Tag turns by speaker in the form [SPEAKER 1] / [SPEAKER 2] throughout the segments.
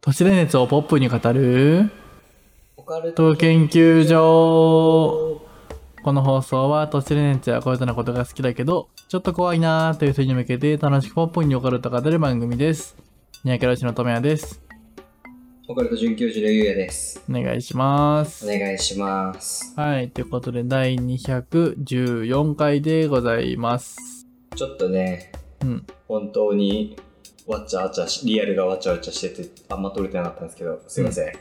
[SPEAKER 1] 都市伝説をポップに語る
[SPEAKER 2] オカル
[SPEAKER 1] 当研究所この放送は都市伝説やこういったなことが好きだけどちょっと怖いなーという人に向けて楽しくポップにオカルトを語る番組です三宅良のとめやです
[SPEAKER 2] オカルト准教授のゆうやです。
[SPEAKER 1] お願いします
[SPEAKER 2] お願いします。
[SPEAKER 1] はいということで第214回でございます
[SPEAKER 2] ちょっとね、
[SPEAKER 1] うん
[SPEAKER 2] 本当に、わっちゃわちゃし、リアルがわちゃわちゃしてて、あんま撮れてなかったんですけど、すいません。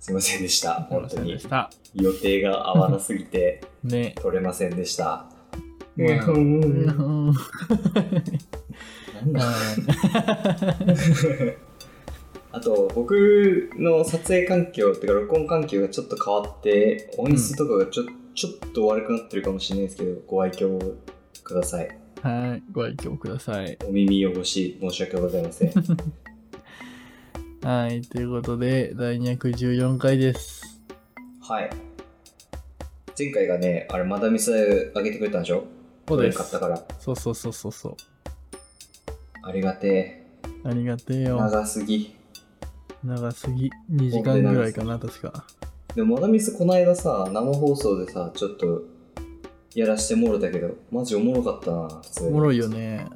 [SPEAKER 2] すいませんでした。本当
[SPEAKER 1] すいませんで
[SPEAKER 2] に
[SPEAKER 1] し。た
[SPEAKER 2] 予定が合わなすぎて、
[SPEAKER 1] ね
[SPEAKER 2] 撮れません でした。
[SPEAKER 1] うん
[SPEAKER 2] なん
[SPEAKER 1] うん
[SPEAKER 2] だ あと、僕の撮影環境っていうか、録音環境がちょっと変わって、音質とかがちょ,、ちょっと悪くなってるかもしれないですけど、ご愛嬌ください。
[SPEAKER 1] はいご愛嬌ください
[SPEAKER 2] お耳汚し、申し訳ござい ません。
[SPEAKER 1] はいということで第214回です
[SPEAKER 2] はい。前回がね、あれ、マダミサあげてくれたんでしょ
[SPEAKER 1] そうです
[SPEAKER 2] 買ったから。
[SPEAKER 1] そうそうそうそうそう
[SPEAKER 2] ありがて
[SPEAKER 1] ありがてえ
[SPEAKER 2] え。
[SPEAKER 1] よ。
[SPEAKER 2] 長すぎ。
[SPEAKER 1] 長すぎ。2時間ぐらいかな、確か。
[SPEAKER 2] でも、マダミスこないださ、生放送でさ、ちょっと、やらしてもろたけど、マジおもろかったな、普通
[SPEAKER 1] お
[SPEAKER 2] に
[SPEAKER 1] もろいよね。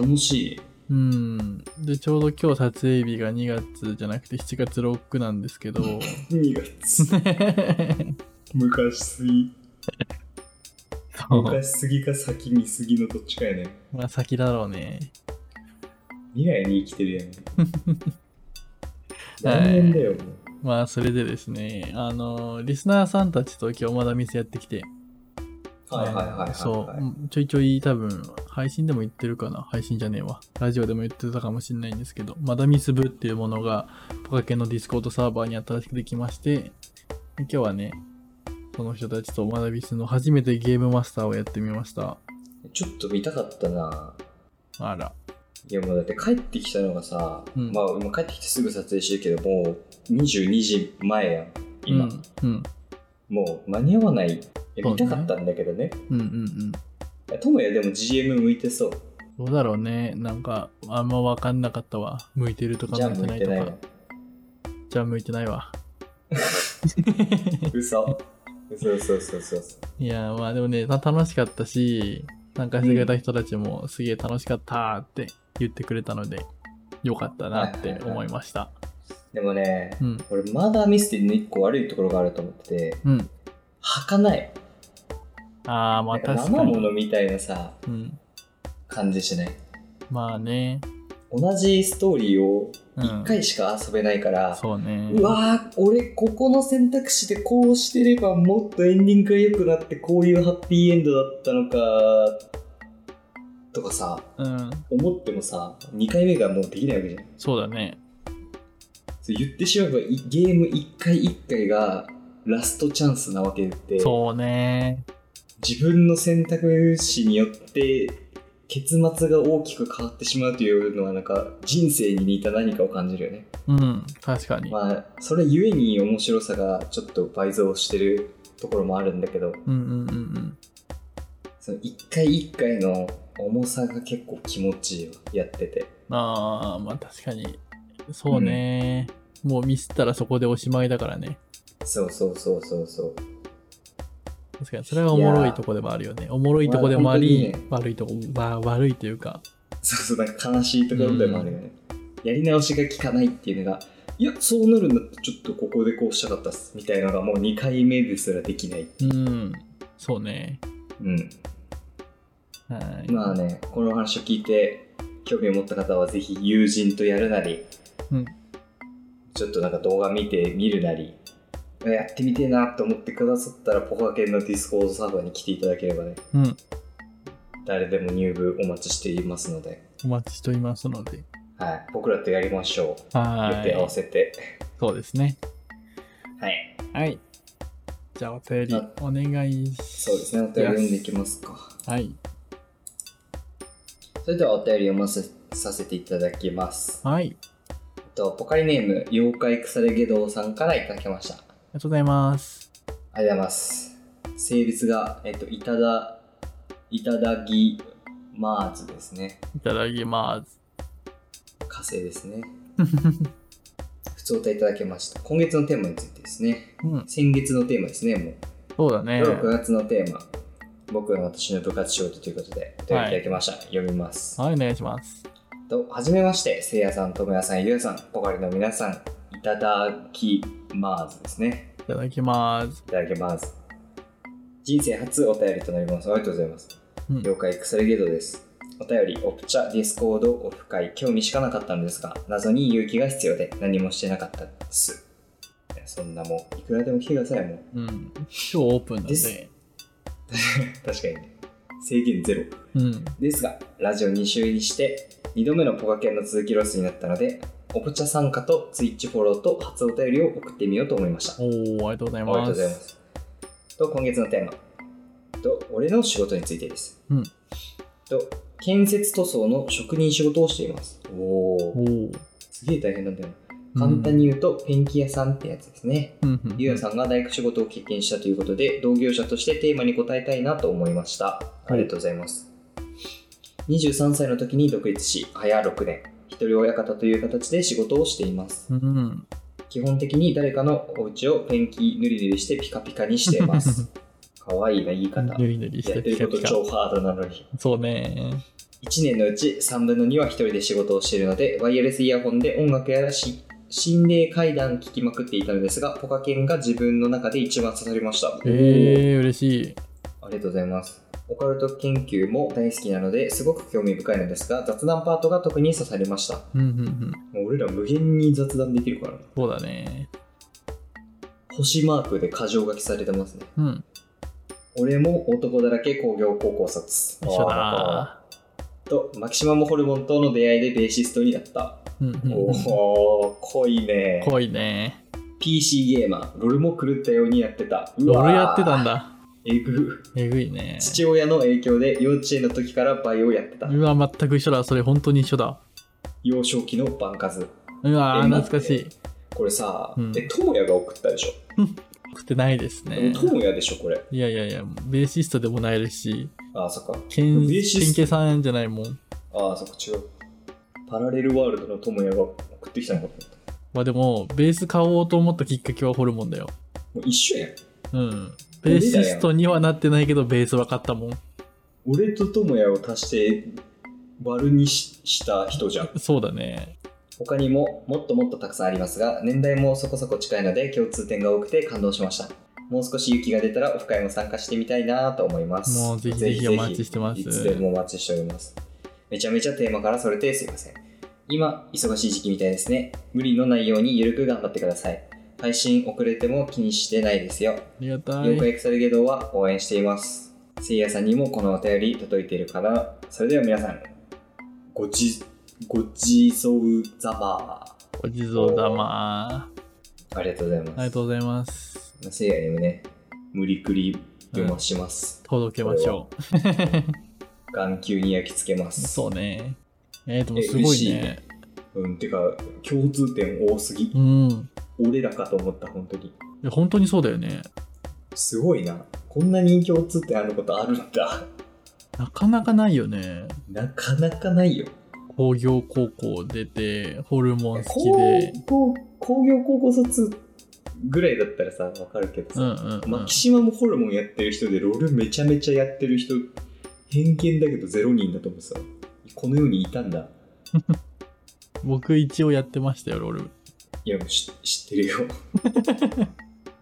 [SPEAKER 2] 楽しい。
[SPEAKER 1] うん。で、ちょうど今日撮影日が2月じゃなくて7月6なんです けど。
[SPEAKER 2] 2月。 昔すぎ。
[SPEAKER 1] そう。
[SPEAKER 2] 昔すぎか先にすぎのどっちかやね。
[SPEAKER 1] まあ先だろうね。
[SPEAKER 2] 未来に生きてるやん。
[SPEAKER 1] はい
[SPEAKER 2] 来年だよ、もう。
[SPEAKER 1] まあそれでですね、あの、リスナーさんたちと今日まだ店やってきて。
[SPEAKER 2] はいはいはいはい、はい。
[SPEAKER 1] そううんちょいちょい多分配信でも言ってるかな配信じゃねえわラジオでも言ってたかもしれないんですけどマダミス部っていうものがポカケのディスコードサーバーに新しくできましてで今日はねその人たちとマダミスの初めてゲームマスターをやってみました
[SPEAKER 2] ちょっと見たかったな。
[SPEAKER 1] あら
[SPEAKER 2] いやもうだって帰ってきたのがさ、
[SPEAKER 1] うん
[SPEAKER 2] まあ今帰ってきてすぐ撮影してるけどもう22時前やん今、
[SPEAKER 1] うん、うん
[SPEAKER 2] もう間に合わないいや
[SPEAKER 1] そう
[SPEAKER 2] 見
[SPEAKER 1] ね
[SPEAKER 2] たかったんだけどね
[SPEAKER 1] うんうんうん
[SPEAKER 2] いやともやでも GM 向いてそう
[SPEAKER 1] どうだろうねなんかあんま分かんなかったわ向いてるとか
[SPEAKER 2] じゃあ
[SPEAKER 1] 向いて
[SPEAKER 2] 向
[SPEAKER 1] ないい
[SPEAKER 2] て
[SPEAKER 1] と
[SPEAKER 2] ない
[SPEAKER 1] か
[SPEAKER 2] わ
[SPEAKER 1] じゃあ向いてないわ
[SPEAKER 2] 嘘嘘嘘嘘嘘嘘
[SPEAKER 1] いやーまあでもねた楽しかったし参加してくれた人たちもすげえ楽しかったーって言ってくれたのでよかったなって思いました
[SPEAKER 2] でもね、
[SPEAKER 1] うん
[SPEAKER 2] 俺まだミステリーの一個悪いところがあると思ってて
[SPEAKER 1] うん
[SPEAKER 2] 履かない
[SPEAKER 1] ああま
[SPEAKER 2] な
[SPEAKER 1] あ
[SPEAKER 2] んか
[SPEAKER 1] 確
[SPEAKER 2] 生
[SPEAKER 1] か
[SPEAKER 2] も
[SPEAKER 1] に、
[SPEAKER 2] のみたいなさ
[SPEAKER 1] うん、
[SPEAKER 2] 感じしない
[SPEAKER 1] まあね
[SPEAKER 2] 同じストーリーを
[SPEAKER 1] うん
[SPEAKER 2] 1回しか遊べないから、
[SPEAKER 1] そうね
[SPEAKER 2] うわー俺ここの選択肢でこうしてればもっとエンディングが良くなってこういうハッピーエンドだったのかとかさ
[SPEAKER 1] うん
[SPEAKER 2] 思ってもさ2回目がもうできないわけじゃん
[SPEAKER 1] そうだね
[SPEAKER 2] そう言ってしまえばいゲーム1回1回がラストチャンスなわけで
[SPEAKER 1] そうね
[SPEAKER 2] 自分の選択肢によって結末が大きく変わってしまうというのはなんか人生に似た何かを感じるよね
[SPEAKER 1] うん確かに、
[SPEAKER 2] まあそれゆえに面白さがちょっと倍増してるところもあるんだけ
[SPEAKER 1] う
[SPEAKER 2] ど
[SPEAKER 1] んうんうんうん
[SPEAKER 2] その一回一回の重さが結構気持ちいいわやってて
[SPEAKER 1] ああまあ確かにそうね、もうミスったらそこでおしまいだからね
[SPEAKER 2] そうそうそうそうそう
[SPEAKER 1] 確かにそれはおもろいとこでもあるよねおもろいとこでもあり、悪いとこまあ悪いというか
[SPEAKER 2] そうそうなんか悲しいところでもあるよね、やり直しが効かないっていうのがいやそうなるんだってちょっとここでこうしたかったっすみたいのがもう2回目ですらできない
[SPEAKER 1] うん、そうね。
[SPEAKER 2] うん
[SPEAKER 1] はい。
[SPEAKER 2] まあねこのお話を聞いて興味を持った方はぜひ友人とやるなり、
[SPEAKER 1] うん
[SPEAKER 2] ちょっとなんか動画見て見るなりやってみてえなと思ってくださったらポカケンのディスコードサーバーに来ていただければね
[SPEAKER 1] うん、
[SPEAKER 2] 誰でも入部お待ちしていますので、
[SPEAKER 1] お待ちしておりますので。
[SPEAKER 2] はい、僕らとやりましょう。予
[SPEAKER 1] は
[SPEAKER 2] 定合わ
[SPEAKER 1] い。
[SPEAKER 2] せて。
[SPEAKER 1] そうですね。
[SPEAKER 2] はい。
[SPEAKER 1] はい。じゃあ、お便り
[SPEAKER 2] あ
[SPEAKER 1] お願いし
[SPEAKER 2] そうですね、お便り読んでいきますか。
[SPEAKER 1] はい。
[SPEAKER 2] それではお便り読ませさせていただきます。
[SPEAKER 1] はい。
[SPEAKER 2] えっとポカリネーム、妖怪腐れ下道さんからいただきました。あ
[SPEAKER 1] ありがとうございます。
[SPEAKER 2] りがとうございます。性別が、えっと、いただ、いただきマーズですね。
[SPEAKER 1] いただきます。
[SPEAKER 2] 火星ですね。つおたいただきました。今月のテーマについてですね。
[SPEAKER 1] うん。
[SPEAKER 2] 先月のテーマですね、もう。
[SPEAKER 1] そうだね。
[SPEAKER 2] 6月のテーマ。僕は私の部活仕事ということで、お便りいただきました。読みます。
[SPEAKER 1] はい、お願いします。
[SPEAKER 2] と、はじめまして、せいやさん、ともやさん、ゆうやさん、ポカリの皆さん、いただきまーすですね。
[SPEAKER 1] いただきます。
[SPEAKER 2] いただきます。人生初お便りとなります。ありがとうございます。
[SPEAKER 1] うん。
[SPEAKER 2] 了解、薬ゲートです。お便り、オプチャ、ディスコード、オフ会、興味しかなかったのですが、謎に勇気が必要で何もしてなかったです。いやそんなもう、いくらでも来てください、もう。
[SPEAKER 1] うん。今日オープンなん
[SPEAKER 2] です
[SPEAKER 1] で。
[SPEAKER 2] 確かにね。制限ゼロ。
[SPEAKER 1] うん。
[SPEAKER 2] ですが、ラジオ2週にして、2度目のポカケンの続きロスになったので、オプチャ参加とツイッチフォローと初お便りを送ってみようと思いました。
[SPEAKER 1] おー、ありがとうござい
[SPEAKER 2] ありがと
[SPEAKER 1] ま
[SPEAKER 2] うご
[SPEAKER 1] す。
[SPEAKER 2] ざいます。と、今月のテーマ。と、俺の仕事についてです。
[SPEAKER 1] うん
[SPEAKER 2] と、建設塗装の職人仕事をしています。お
[SPEAKER 1] お
[SPEAKER 2] お、
[SPEAKER 1] ー。
[SPEAKER 2] すげえ大変なんだよな。簡単に言うと、ペンキ屋さんってやつですね。
[SPEAKER 1] うん、うんうん。
[SPEAKER 2] ゆうやさんが大工仕事を経験したということで、同業者としてテーマに答えたいなと思いました。ありがとうございます。23歳の時に独立し、早6年、一人親方という形で仕事をしています。
[SPEAKER 1] うん。
[SPEAKER 2] 基本的に誰かのお家をペンキ塗り塗りしてピカピカにしています。 かわいいな言い方。
[SPEAKER 1] ぬりぬりし
[SPEAKER 2] やってて
[SPEAKER 1] ピカ
[SPEAKER 2] るこ
[SPEAKER 1] ピ
[SPEAKER 2] と
[SPEAKER 1] カ。
[SPEAKER 2] 超ハードなのに。
[SPEAKER 1] そうね。
[SPEAKER 2] 1年のうち3分の2は一人で仕事をしているのでワイヤレスイヤホンで音楽やらし心霊怪談聞きまくっていたのですがポカケンが自分の中で一番刺さりました
[SPEAKER 1] えー、嬉しい。
[SPEAKER 2] ありがとうございますオカルト研究も大好きなのですごく興味深いのですが雑談パートが特に刺さりました
[SPEAKER 1] うん、うん、うん。
[SPEAKER 2] もう俺ら無限に雑談できるからな
[SPEAKER 1] そうだね。
[SPEAKER 2] 星マークで箇条書きされてますね
[SPEAKER 1] うん。
[SPEAKER 2] 俺も男だらけ工業高校卒
[SPEAKER 1] 一緒だ。
[SPEAKER 2] とマキシマムホルモンとの出会いでベーシストになった、
[SPEAKER 1] うん、うん
[SPEAKER 2] お
[SPEAKER 1] うん。
[SPEAKER 2] お濃いね
[SPEAKER 1] 濃いね。
[SPEAKER 2] PC ゲーマー、ロルも狂ったようにやってた。うわー
[SPEAKER 1] 俺やってたんだ。
[SPEAKER 2] えぐ。
[SPEAKER 1] えぐいね。
[SPEAKER 2] 父親の影響で幼稚園の時からバイオやってた。
[SPEAKER 1] うわ、全く一緒だ。それ本当に一緒だ。
[SPEAKER 2] 幼少期のバンカズ。
[SPEAKER 1] うわー、
[SPEAKER 2] え待って
[SPEAKER 1] 懐かしい。
[SPEAKER 2] これさ、
[SPEAKER 1] うん
[SPEAKER 2] え、ともやが送ったでしょ。
[SPEAKER 1] 食ってないですね。
[SPEAKER 2] ともやでしょ、これ。
[SPEAKER 1] いやいやいや、ベーシストでもないですし、
[SPEAKER 2] ああ、そっか。
[SPEAKER 1] ケン
[SPEAKER 2] ベーシスト
[SPEAKER 1] ケンケさんじゃないもん。
[SPEAKER 2] ああ、そっか、違う。パラレルワールドのともやが送ってきたのかと思った。
[SPEAKER 1] まあでも、ベース買おうと思ったきっかけはホルモンだよ。
[SPEAKER 2] もう一緒やん。
[SPEAKER 1] うん。ベーシストにはなってないけど、ベースは買ったもん。
[SPEAKER 2] 俺とともやを足して、割るにしした人じゃん。
[SPEAKER 1] そうだね。
[SPEAKER 2] 他にももっともっとたくさんありますが年代もそこそこ近いので共通点が多くて感動しましたもう少し勇気が出たらオフ会も参加してみたいなと思います
[SPEAKER 1] もうぜひぜひお待ちしてます
[SPEAKER 2] いつでもお待ちしておりますめちゃめちゃテーマからそれてすいません今忙しい時期みたいですね無理のないようにゆるく頑張ってください配信遅れても気にしてないですよ
[SPEAKER 1] ありがた
[SPEAKER 2] 妖
[SPEAKER 1] い。
[SPEAKER 2] 怪エクサルゲドは応援していますせいやさんにもこのお便り届いているからそれでは皆さんごちごちそうざま
[SPEAKER 1] お地蔵様。
[SPEAKER 2] ありがとうございます。
[SPEAKER 1] ありがとうございます。
[SPEAKER 2] せいやにもね、無理くり読まします。
[SPEAKER 1] 届けましょ
[SPEAKER 2] 眼球に焼き付けま
[SPEAKER 1] う。
[SPEAKER 2] す。
[SPEAKER 1] そうね。えー、でも
[SPEAKER 2] え
[SPEAKER 1] すご
[SPEAKER 2] 嬉
[SPEAKER 1] い
[SPEAKER 2] しい
[SPEAKER 1] ね。
[SPEAKER 2] うん、てか、共通点多すぎ
[SPEAKER 1] う。ん。
[SPEAKER 2] 俺らかと思った、本当に。
[SPEAKER 1] いや本当にそうだよね。
[SPEAKER 2] すごいな。こんなに共通点あることあるんだ。
[SPEAKER 1] なかなかないよね。
[SPEAKER 2] なかなかないよ。
[SPEAKER 1] 工業高校出て、ホルモン好きで。
[SPEAKER 2] 工工業高校卒ぐらいだったらさ、わかるけど
[SPEAKER 1] うん
[SPEAKER 2] さ、
[SPEAKER 1] うん、うん
[SPEAKER 2] マキシマムホルモンやってる人で、ロールめちゃめちゃやってる人、偏見だけどゼロ人だと思うさ、この世にいたんだ。
[SPEAKER 1] 僕一応やってましたよ、ロール。
[SPEAKER 2] いや、もう知知ってる よ。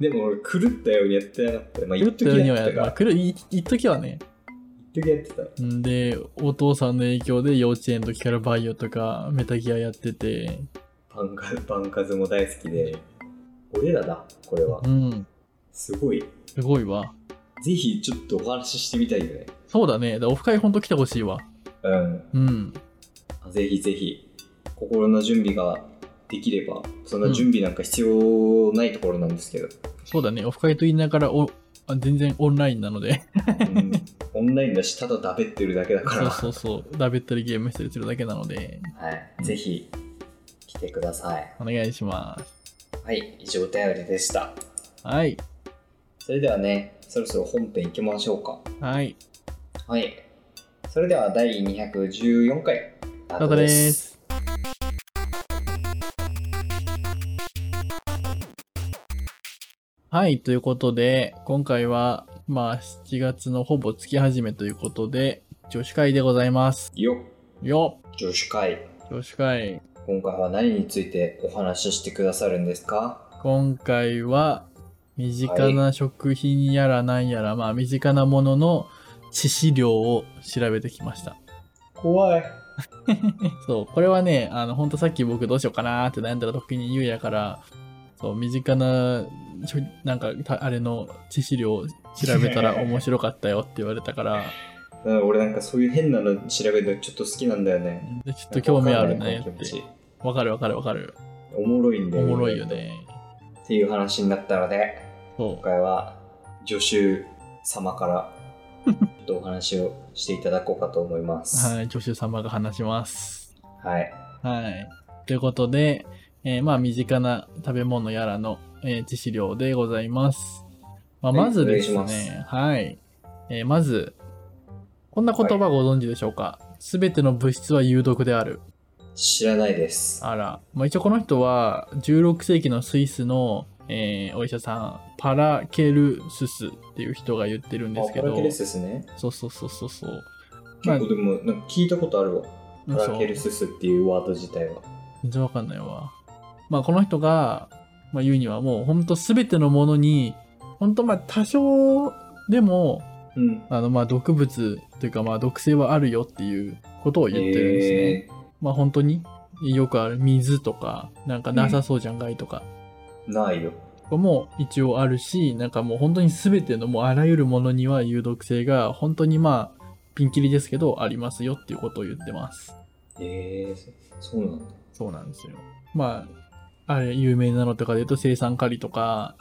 [SPEAKER 2] でも俺、狂ったようにやってなかった。まあ、
[SPEAKER 1] 狂
[SPEAKER 2] 一
[SPEAKER 1] った
[SPEAKER 2] 時
[SPEAKER 1] ように
[SPEAKER 2] やっ
[SPEAKER 1] は
[SPEAKER 2] て
[SPEAKER 1] や
[SPEAKER 2] たか
[SPEAKER 1] まあ、
[SPEAKER 2] ら。
[SPEAKER 1] 狂い一時はね。
[SPEAKER 2] 一時やってた。
[SPEAKER 1] んで、お父さんの影響で幼稚園の時からバイオとかメタギアやってて、
[SPEAKER 2] パンカパンカズも大好きで。俺らだ、これは
[SPEAKER 1] う。ん、
[SPEAKER 2] すごい。
[SPEAKER 1] すごいわ。
[SPEAKER 2] ぜひ、ちょっとお話ししてみたいよね。
[SPEAKER 1] そうだね。だからオフ会ほんと来てほしいわ。
[SPEAKER 2] うん。
[SPEAKER 1] うん。
[SPEAKER 2] ぜひぜひ、心の準備ができれば、そんな準備なんか必要ないところなんですけど。
[SPEAKER 1] そうだね。オフ会と言いながらお、あ全然オンラインなので。
[SPEAKER 2] うん、オンラインだし、ただだべってるだけだか
[SPEAKER 1] そう
[SPEAKER 2] ら。
[SPEAKER 1] そうそう。だべったりゲームしたりするだけなので、
[SPEAKER 2] はい。ぜひ、来てください。
[SPEAKER 1] お願いします。
[SPEAKER 2] はい。以上、お便りでした。
[SPEAKER 1] はい。
[SPEAKER 2] それではね、そろそろ本編行きましょうか。
[SPEAKER 1] はい。
[SPEAKER 2] はい。それでは第214回、スタ
[SPEAKER 1] スタートです。はい、ということで、今回は、まあ、7月のほぼ月始めということで、女子会でございます。
[SPEAKER 2] よ
[SPEAKER 1] よ
[SPEAKER 2] 女子会
[SPEAKER 1] 女子会。
[SPEAKER 2] 今回は何についてお話ししてくださるんですか
[SPEAKER 1] 今回は、身近な食品やらなんやら、まあ、身近なものの致死量を調べてきました。
[SPEAKER 2] 怖い
[SPEAKER 1] そう、これはね、あの、ほんとさっき僕どうしようかなーって悩んだ時にゆうやから、そう、身近な、しょなんか、たあれの知識量を調べたら面白かったよって言われたから、
[SPEAKER 2] 俺なんかそういう変なの調べるのちょっと好きなんだよね
[SPEAKER 1] でちょっと興味あるね
[SPEAKER 2] なんか
[SPEAKER 1] っ
[SPEAKER 2] わかんないこの気
[SPEAKER 1] て
[SPEAKER 2] 持。
[SPEAKER 1] わかるわかるわかる。
[SPEAKER 2] ちおもろいんだ
[SPEAKER 1] お
[SPEAKER 2] よ
[SPEAKER 1] もろいよね。
[SPEAKER 2] っていう話になったので
[SPEAKER 1] そ
[SPEAKER 2] 今回は助手様から ちょっとお話をしていただこうかと思いま
[SPEAKER 1] う。
[SPEAKER 2] す
[SPEAKER 1] はい、助手様が話します。
[SPEAKER 2] はい
[SPEAKER 1] はい。ということで、えーまあ、身近な食べ物やらの、えー知識量でございます。まあ、
[SPEAKER 2] はい
[SPEAKER 1] まずです
[SPEAKER 2] お願いし
[SPEAKER 1] ね、はい。えーまず、こんな言葉ご存知でしょうかすべ、ての物質は有毒である。
[SPEAKER 2] 知らないです
[SPEAKER 1] あら。まあ、一応この人は、16世紀のスイスの、えーお医者さん、パラケルススっていう人が言ってるんですけ
[SPEAKER 2] パラ
[SPEAKER 1] ど
[SPEAKER 2] ケ、ルススね
[SPEAKER 1] そうそうそうそうそう。まあ
[SPEAKER 2] 結構でもなんか聞いたことあるわ
[SPEAKER 1] うん
[SPEAKER 2] パ
[SPEAKER 1] そ
[SPEAKER 2] ラ
[SPEAKER 1] う
[SPEAKER 2] ケルススっていうワード自体は
[SPEAKER 1] 全然わかんないわ。まあこの人が、まあ、言うにはもうほんと全てのものに本当まあ多少でも
[SPEAKER 2] うん
[SPEAKER 1] あのまあ毒物というかまあ毒性はあるよっていうことを言ってるんですね。
[SPEAKER 2] え
[SPEAKER 1] まあ本当によくある水とかなんかなさそうじゃんがいとか。
[SPEAKER 2] ーないよ
[SPEAKER 1] も一応あるしなんかもう本当に全てのもうあらゆるものには有毒性が本当にまあピンキリですけどありますよっていうことを言ってます
[SPEAKER 2] えー、そそうなんだ
[SPEAKER 1] そうなんですよ。まあ、あれ、有名なのとかで言うと、生産カリとか、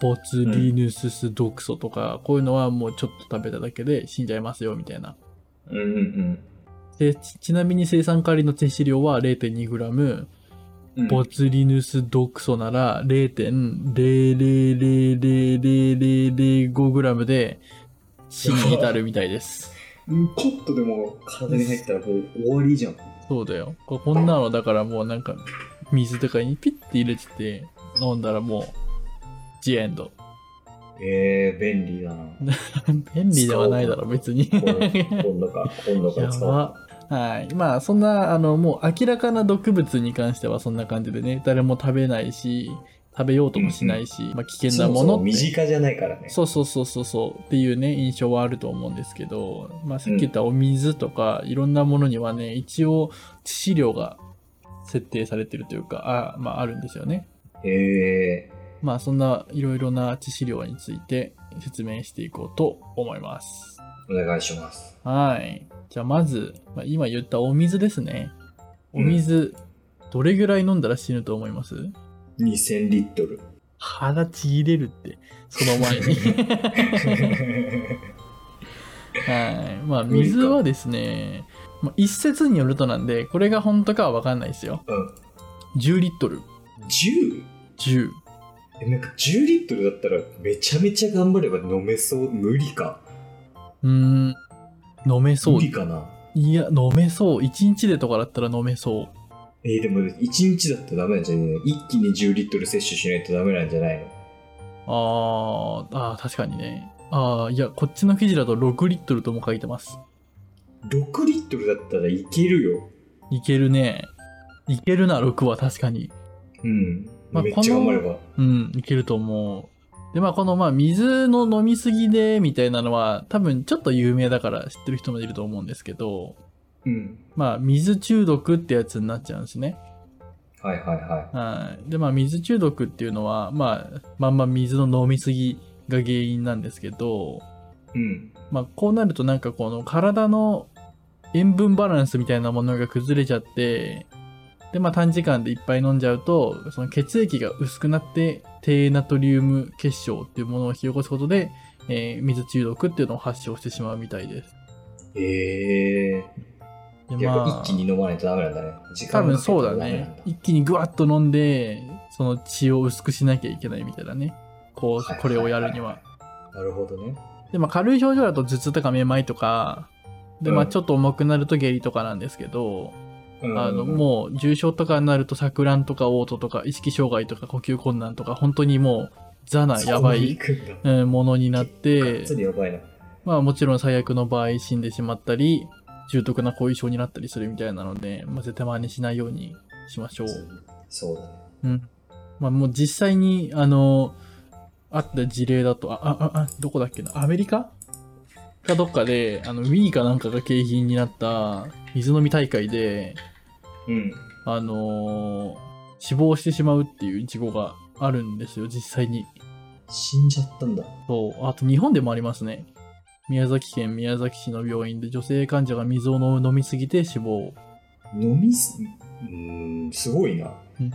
[SPEAKER 1] ボツリヌスス毒素とか、こういうのはもうちょっと食べただけで死んじゃいますよ、みたいな。
[SPEAKER 2] うんうん
[SPEAKER 1] でちちなみに生産カリの摂取量は 0.2g、
[SPEAKER 2] うん
[SPEAKER 1] ボツリヌス毒素なら 0.0000005g で死に至るみたいです。
[SPEAKER 2] うんちょっとでも体に入ったらもう終わりじゃん
[SPEAKER 1] そうだよ。ここんなのだからもうなんか、水とかにピッて入れてて、飲んだらもう、ジエンド。
[SPEAKER 2] えー、便利だな
[SPEAKER 1] 便利ではないだろ、別に。
[SPEAKER 2] 今今度か今度か
[SPEAKER 1] や
[SPEAKER 2] ら使おう
[SPEAKER 1] ば。はい。まあ、そんな、あの、もう明らかな毒物に関してはそんな感じでね、誰も食べないし、食べようともしないし、まあ、危険なものっ
[SPEAKER 2] そそ
[SPEAKER 1] て
[SPEAKER 2] 身近じゃないからね
[SPEAKER 1] そうそうそうそうそうっていうね印象はあると思うんですけど、まあ、さっき言ったお水とかいろんなものにはね一応致死量が設定されてるというかあ,、まあ、あるんですよね。
[SPEAKER 2] へえ
[SPEAKER 1] まあそんないろいろな致死量について説明していこうと思います。
[SPEAKER 2] お願いします
[SPEAKER 1] はい。じゃあまず、まあ、今言ったお水ですね。お水、どれぐらい飲んだら死ぬと思います
[SPEAKER 2] 2000リットル
[SPEAKER 1] 腹ちぎれるって、その前に。 はい。まあ、
[SPEAKER 2] 無理か
[SPEAKER 1] 水はですね、まあ一説によるとなんで、これが本当かは分かんないですよ。
[SPEAKER 2] うん
[SPEAKER 1] 10リットル。
[SPEAKER 2] 10?
[SPEAKER 1] 10。
[SPEAKER 2] えなんか10リットルだったらめちゃめちゃ頑張れば飲めそう無理か
[SPEAKER 1] うーん。飲めそう
[SPEAKER 2] 無。理かない
[SPEAKER 1] や、飲めそう。1日でとかだったら飲めそう。
[SPEAKER 2] えーでも1日だったらダメなんじゃないの一気に10リットル摂取しないとダメなんじゃないの
[SPEAKER 1] あー、あー確かにね。あー、いや、こっちの記事だと6リットルとも書いてます。
[SPEAKER 2] 6リットルだったらいけるよ
[SPEAKER 1] いけるね。いけるな、6は確かに。
[SPEAKER 2] うん、
[SPEAKER 1] まあ
[SPEAKER 2] めっちゃ
[SPEAKER 1] こ
[SPEAKER 2] 頑
[SPEAKER 1] の
[SPEAKER 2] 張れば
[SPEAKER 1] うん、いけると思う。で、まあ、この、まあ、水の飲みすぎで、みたいなのは、多分、ちょっと有名だから知ってる人もいると思うんですけど、
[SPEAKER 2] うん
[SPEAKER 1] まあ、水中毒ってやつになっちゃうんですね。
[SPEAKER 2] はいはいは
[SPEAKER 1] はい。で、まあ、水中毒っていうのは、まあ、まんま水の飲みすぎが原因なんですけど、
[SPEAKER 2] いうん
[SPEAKER 1] まあ、こうなるとなんかこの体の塩分バランスみたいなものが崩れちゃって、で、まあ、短時間でいっぱい飲んじゃうと、その血液が薄くなって、低ナトリウム結晶っていうものを引き起こすことで、えー水中毒っていうのを発症してしまうみたいです。
[SPEAKER 2] ええ
[SPEAKER 1] で
[SPEAKER 2] ー、やっ
[SPEAKER 1] ま
[SPEAKER 2] ぱ一気に飲まないとダメなんだね時
[SPEAKER 1] 多
[SPEAKER 2] 間
[SPEAKER 1] 分
[SPEAKER 2] かけて
[SPEAKER 1] そうだ
[SPEAKER 2] ダメなん
[SPEAKER 1] ね。一気にぐわっと飲んで、その血を薄くしなきゃいけないみたいなね。こ、
[SPEAKER 2] はいう
[SPEAKER 1] これをやるに
[SPEAKER 2] はい
[SPEAKER 1] は。
[SPEAKER 2] なるほどね
[SPEAKER 1] で、まあ、軽い症状だと頭痛とかめまいとか、で、まあ、
[SPEAKER 2] うん
[SPEAKER 1] ちょっと重くなると下痢とかなんですけど、あの、
[SPEAKER 2] う
[SPEAKER 1] もう重症とかになると錯乱とか嘔吐とか意識障害とか呼吸困難とか本当にもうザなやばい、
[SPEAKER 2] そこに行くんだ
[SPEAKER 1] うんものになっ、
[SPEAKER 2] がってつりやばいな。
[SPEAKER 1] まあもちろん最悪の場合死んでしまったり、重篤な後遺症になったりするみたいなので、まあ、絶対真似しないようにしましょう。
[SPEAKER 2] そうだね。
[SPEAKER 1] うん。まあもう実際に、あの、あった事例だと、あ、あ、あ、あどこだっけな、アメリカかどっかで、あの、Wii かなんかが景品になった水飲み大会で、
[SPEAKER 2] うん。
[SPEAKER 1] あのー死亡してしまうっていう事故があるんですよ、実際に。
[SPEAKER 2] 死んじゃったんだ。
[SPEAKER 1] そう。あと日本でもありますね。宮崎県宮崎市の病院で女性患者が水を飲みすぎて死亡。
[SPEAKER 2] 飲みす、うーん、すごいな。
[SPEAKER 1] うん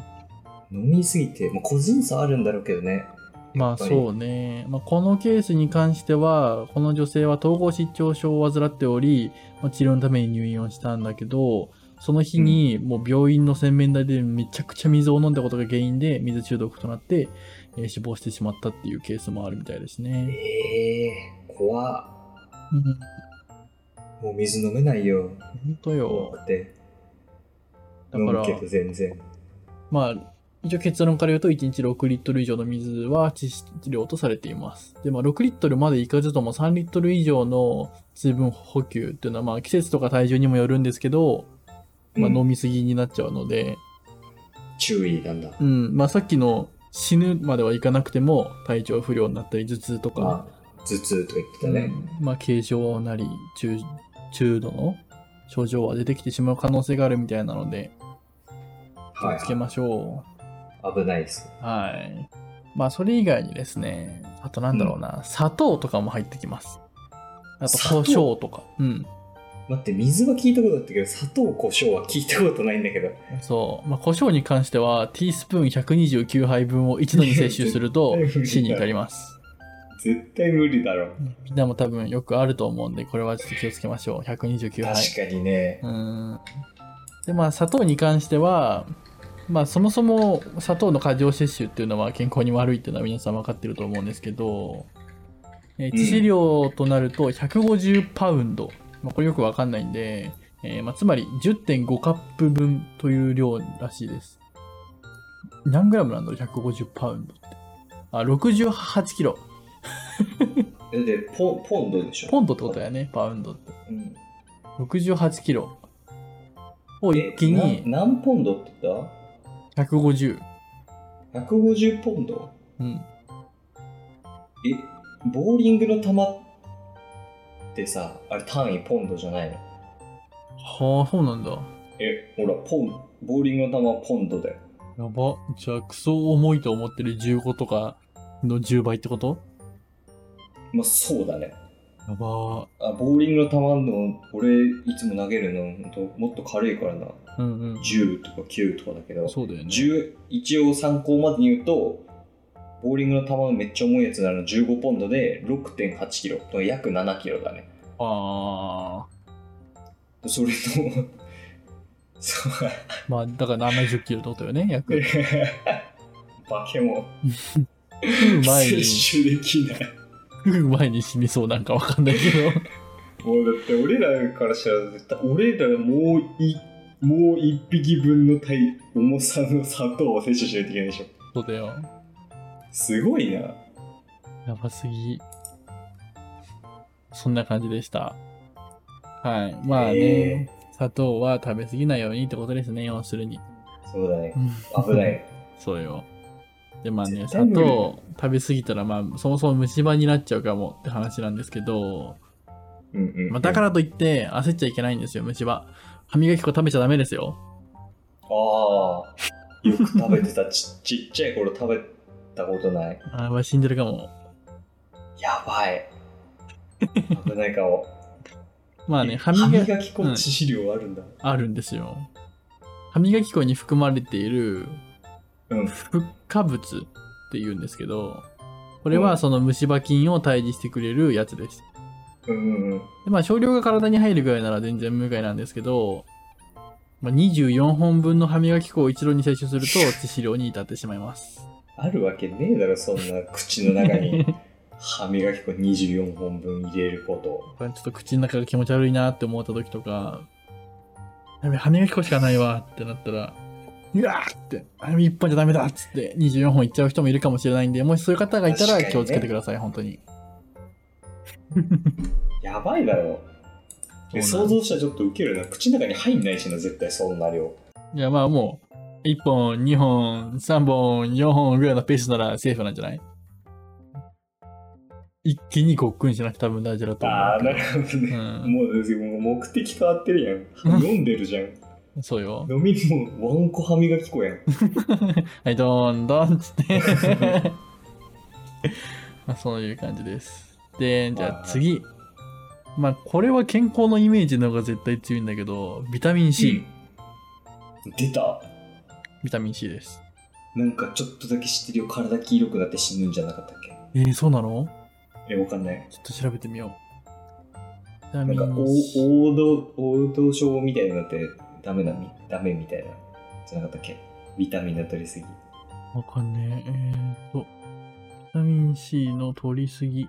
[SPEAKER 2] 飲みすぎて、まあ、個人差あるんだろうけどね。。
[SPEAKER 1] まあそううね、まあ、このケースに関してはこの女性は統合失調症を患っており、まあ治療のために入院をしたんだけどその日にもう病院の洗面台でめちゃくちゃ水を飲んだことが原因で水中毒となって、えー死亡してしまったっていうケースもあるみたいですね。
[SPEAKER 2] ええー、怖っ
[SPEAKER 1] うん、
[SPEAKER 2] もう水飲めないよ。
[SPEAKER 1] 本当
[SPEAKER 2] 怖
[SPEAKER 1] よ。
[SPEAKER 2] くて。
[SPEAKER 1] だ
[SPEAKER 2] 飲
[SPEAKER 1] か
[SPEAKER 2] む
[SPEAKER 1] ら、
[SPEAKER 2] けど全然。
[SPEAKER 1] まあ、一応結論から言うと1日6リットル以上の水は致死量とされています。で、まあ6リットルまでいかずとも3リットル以上の水分補給っていうのはまあ季節とか体重にもよるんですけど、まあ
[SPEAKER 2] うん
[SPEAKER 1] 飲みすぎになっちゃうので、
[SPEAKER 2] 注意なんだ。
[SPEAKER 1] うん、まあさっきの死ぬまではいかなくても体調不良になったり頭痛とか、
[SPEAKER 2] まあ、頭痛とか言ってたね。
[SPEAKER 1] うんまあ軽症なり中中度の症状は出てきてしまう可能性があるみたいなので、気
[SPEAKER 2] は
[SPEAKER 1] を
[SPEAKER 2] い
[SPEAKER 1] つけましょう。
[SPEAKER 2] はい。危ないです。
[SPEAKER 1] はい。まあ、それ以外にですね、あとなんだろうな、砂糖とかも入ってきます。あと、
[SPEAKER 2] 砂糖
[SPEAKER 1] 胡椒とか。うん。
[SPEAKER 2] 待って、水は聞いたことあったけど、砂糖、胡椒は聞いたことないんだけど。
[SPEAKER 1] そう。まあ、胡椒に関しては、ティースプーン129杯分を一度に摂取する と
[SPEAKER 2] 絶対無理だ
[SPEAKER 1] 死に至ります。
[SPEAKER 2] 絶対無理だろ。
[SPEAKER 1] うんみんなも多分よくあると思うんで、これはちょっと気をつけましょう。129杯。
[SPEAKER 2] 確かにね。
[SPEAKER 1] うーんでまあ砂糖に関しては、まあ、そもそも砂糖の過剰摂取っていうのは健康に悪いっていうのは皆さん分かってると思うんですけど、えー致死量となると150パウンド、まあ、これよく分かんないんで、えーまあ、つまり10.5カップ分という量らしいです何グラムなんだろう150パウンドってあ68キロ
[SPEAKER 2] だってポ、ポンドでしょ。
[SPEAKER 1] ポンドってことだよねパウンドって
[SPEAKER 2] うん
[SPEAKER 1] 68キロを
[SPEAKER 2] え
[SPEAKER 1] 一気に
[SPEAKER 2] な何ポンドって言っ
[SPEAKER 1] 150
[SPEAKER 2] た ?150 ポンド
[SPEAKER 1] うん
[SPEAKER 2] え、ボーリングの球ってさ、あれ単位ポンドじゃないの
[SPEAKER 1] はあ、そうなんだ。や
[SPEAKER 2] え、ほら、ポン、ボーリングの球はポンドだよ。
[SPEAKER 1] ば。じゃあ、クソ重いと思ってる15とかの10倍ってこと
[SPEAKER 2] まあ、そうだね。
[SPEAKER 1] やば
[SPEAKER 2] あ、ボーリングの球の、俺、いつも投げるの、ほんともっと軽いからな。
[SPEAKER 1] ー。うんうん。
[SPEAKER 2] 10とか9とかだけど、
[SPEAKER 1] そうだよね。
[SPEAKER 2] 10一応参考までに言うと、ボーリングの球のめっちゃ重いやつなの15ポンドで6.8キロ、だから約7キロだね。
[SPEAKER 1] あ
[SPEAKER 2] それと、そう、
[SPEAKER 1] ー。まあ、だから70キロってことよね、約。
[SPEAKER 2] 化け物、
[SPEAKER 1] 食う前に、
[SPEAKER 2] 摂取できない。
[SPEAKER 1] 食う前に死にそうなんかわかんないけ ど。
[SPEAKER 2] もうだって俺らからしたら絶対、俺らもうい、もう一匹分の体、重さの砂糖を摂取しないといけないでしょ。
[SPEAKER 1] そうだよ。
[SPEAKER 2] すごいな。
[SPEAKER 1] やばすぎ。そんな感じでした。はい。まあね、砂糖は食べ過ぎないようにってことですね、要するに。
[SPEAKER 2] そうだね。危な。い。
[SPEAKER 1] そうよ。で、まあね、
[SPEAKER 2] 絶
[SPEAKER 1] 砂
[SPEAKER 2] 対無理
[SPEAKER 1] 糖食べ過ぎたら、まあ、そもそも虫歯になっちゃうかもって話なんですけど、
[SPEAKER 2] うんうん、
[SPEAKER 1] まあ、だからといって焦っちゃいけないんですよ、虫歯。歯磨き粉食べちゃダメですよ。
[SPEAKER 2] ああ、よく食べてたち、ちっちゃい頃食べたことない。
[SPEAKER 1] あー、まあ、死んでるかも。
[SPEAKER 2] やばい。危ないかも。
[SPEAKER 1] まあね、
[SPEAKER 2] え
[SPEAKER 1] 歯磨き、
[SPEAKER 2] き粉の致死量あるんだ。
[SPEAKER 1] あるんですよ。歯磨き粉に含まれている
[SPEAKER 2] うん。
[SPEAKER 1] 不可物って言うんですけど、これはその虫歯菌を退治してくれるやつです。
[SPEAKER 2] うんうんうん。
[SPEAKER 1] でまあ、少量が体に入るぐらいなら全然無害なんですけど、まあ、24本分の歯磨き粉を一度に摂取すると 致死量に至ってしまいます。
[SPEAKER 2] あるわけねえだろ、そんな口の中 に歯磨き粉24本分入れること。
[SPEAKER 1] これちょっと口の中が気持ち悪いなって思った時とか、やべ、歯磨き粉しかないわってなったら、うわーって、あれ1本じゃダメだっつって24本いっちゃう人もいるかもしれないんで、もしそういう方がいた
[SPEAKER 2] 確からにね
[SPEAKER 1] 気をつけてください、本当に。
[SPEAKER 2] やばいだろえ
[SPEAKER 1] そうな
[SPEAKER 2] 想
[SPEAKER 1] ん
[SPEAKER 2] 像したらちょっとウケるな口の中に入んないしな絶対そんな量
[SPEAKER 1] いや、まあもう、1本、2本、3本、4本ぐらいのペースならセーフなんじゃない一気にごっくんしなくて多分大事だと思う。
[SPEAKER 2] ああなるほど
[SPEAKER 1] う
[SPEAKER 2] ね、
[SPEAKER 1] ん、
[SPEAKER 2] もうもう目的変わってるやん飲んでるじゃん
[SPEAKER 1] そうよ。
[SPEAKER 2] 飲みもワンコ歯磨き粉やん
[SPEAKER 1] はい、どんどんっつって。 まあ、そういう感じです。で、じゃあ次。まあ、これは健康のイメージの方が絶対強いんだけど、ビタミン C。
[SPEAKER 2] 出た
[SPEAKER 1] ビタミン C です。
[SPEAKER 2] なんかちょっとだけ知ってるよ体黄色くなって死ぬんじゃなかったっ
[SPEAKER 1] えー、そうなの
[SPEAKER 2] けえわかんない
[SPEAKER 1] ちょっと調べてみよう。ビタ
[SPEAKER 2] な
[SPEAKER 1] ミ
[SPEAKER 2] んか
[SPEAKER 1] ン C。
[SPEAKER 2] お王道王道症みたいになってダメなみダメみたいなじゃなかったっけビタミンの取りすぎ
[SPEAKER 1] わかんねえ。えー、っと、ビタミン C の取りすぎ。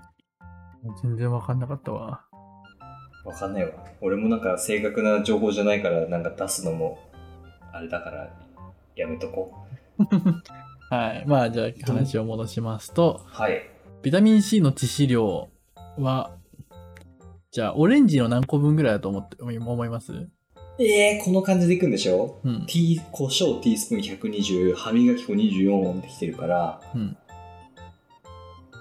[SPEAKER 1] 全然わかんなかったわ。
[SPEAKER 2] わかんないわ俺もなんか正確な情報じゃないからなんか出すのもあれだからやめとこう
[SPEAKER 1] はい。まあ、じゃあ話を戻しますと、
[SPEAKER 2] はい
[SPEAKER 1] ビタミン C の致死量は、じゃあ、オレンジの何個分ぐらいだと思って、思います
[SPEAKER 2] えー、この感じでいくんでしょ
[SPEAKER 1] うん。
[SPEAKER 2] ティー胡椒ティースプーン120歯磨き粉24本できてるから、
[SPEAKER 1] うん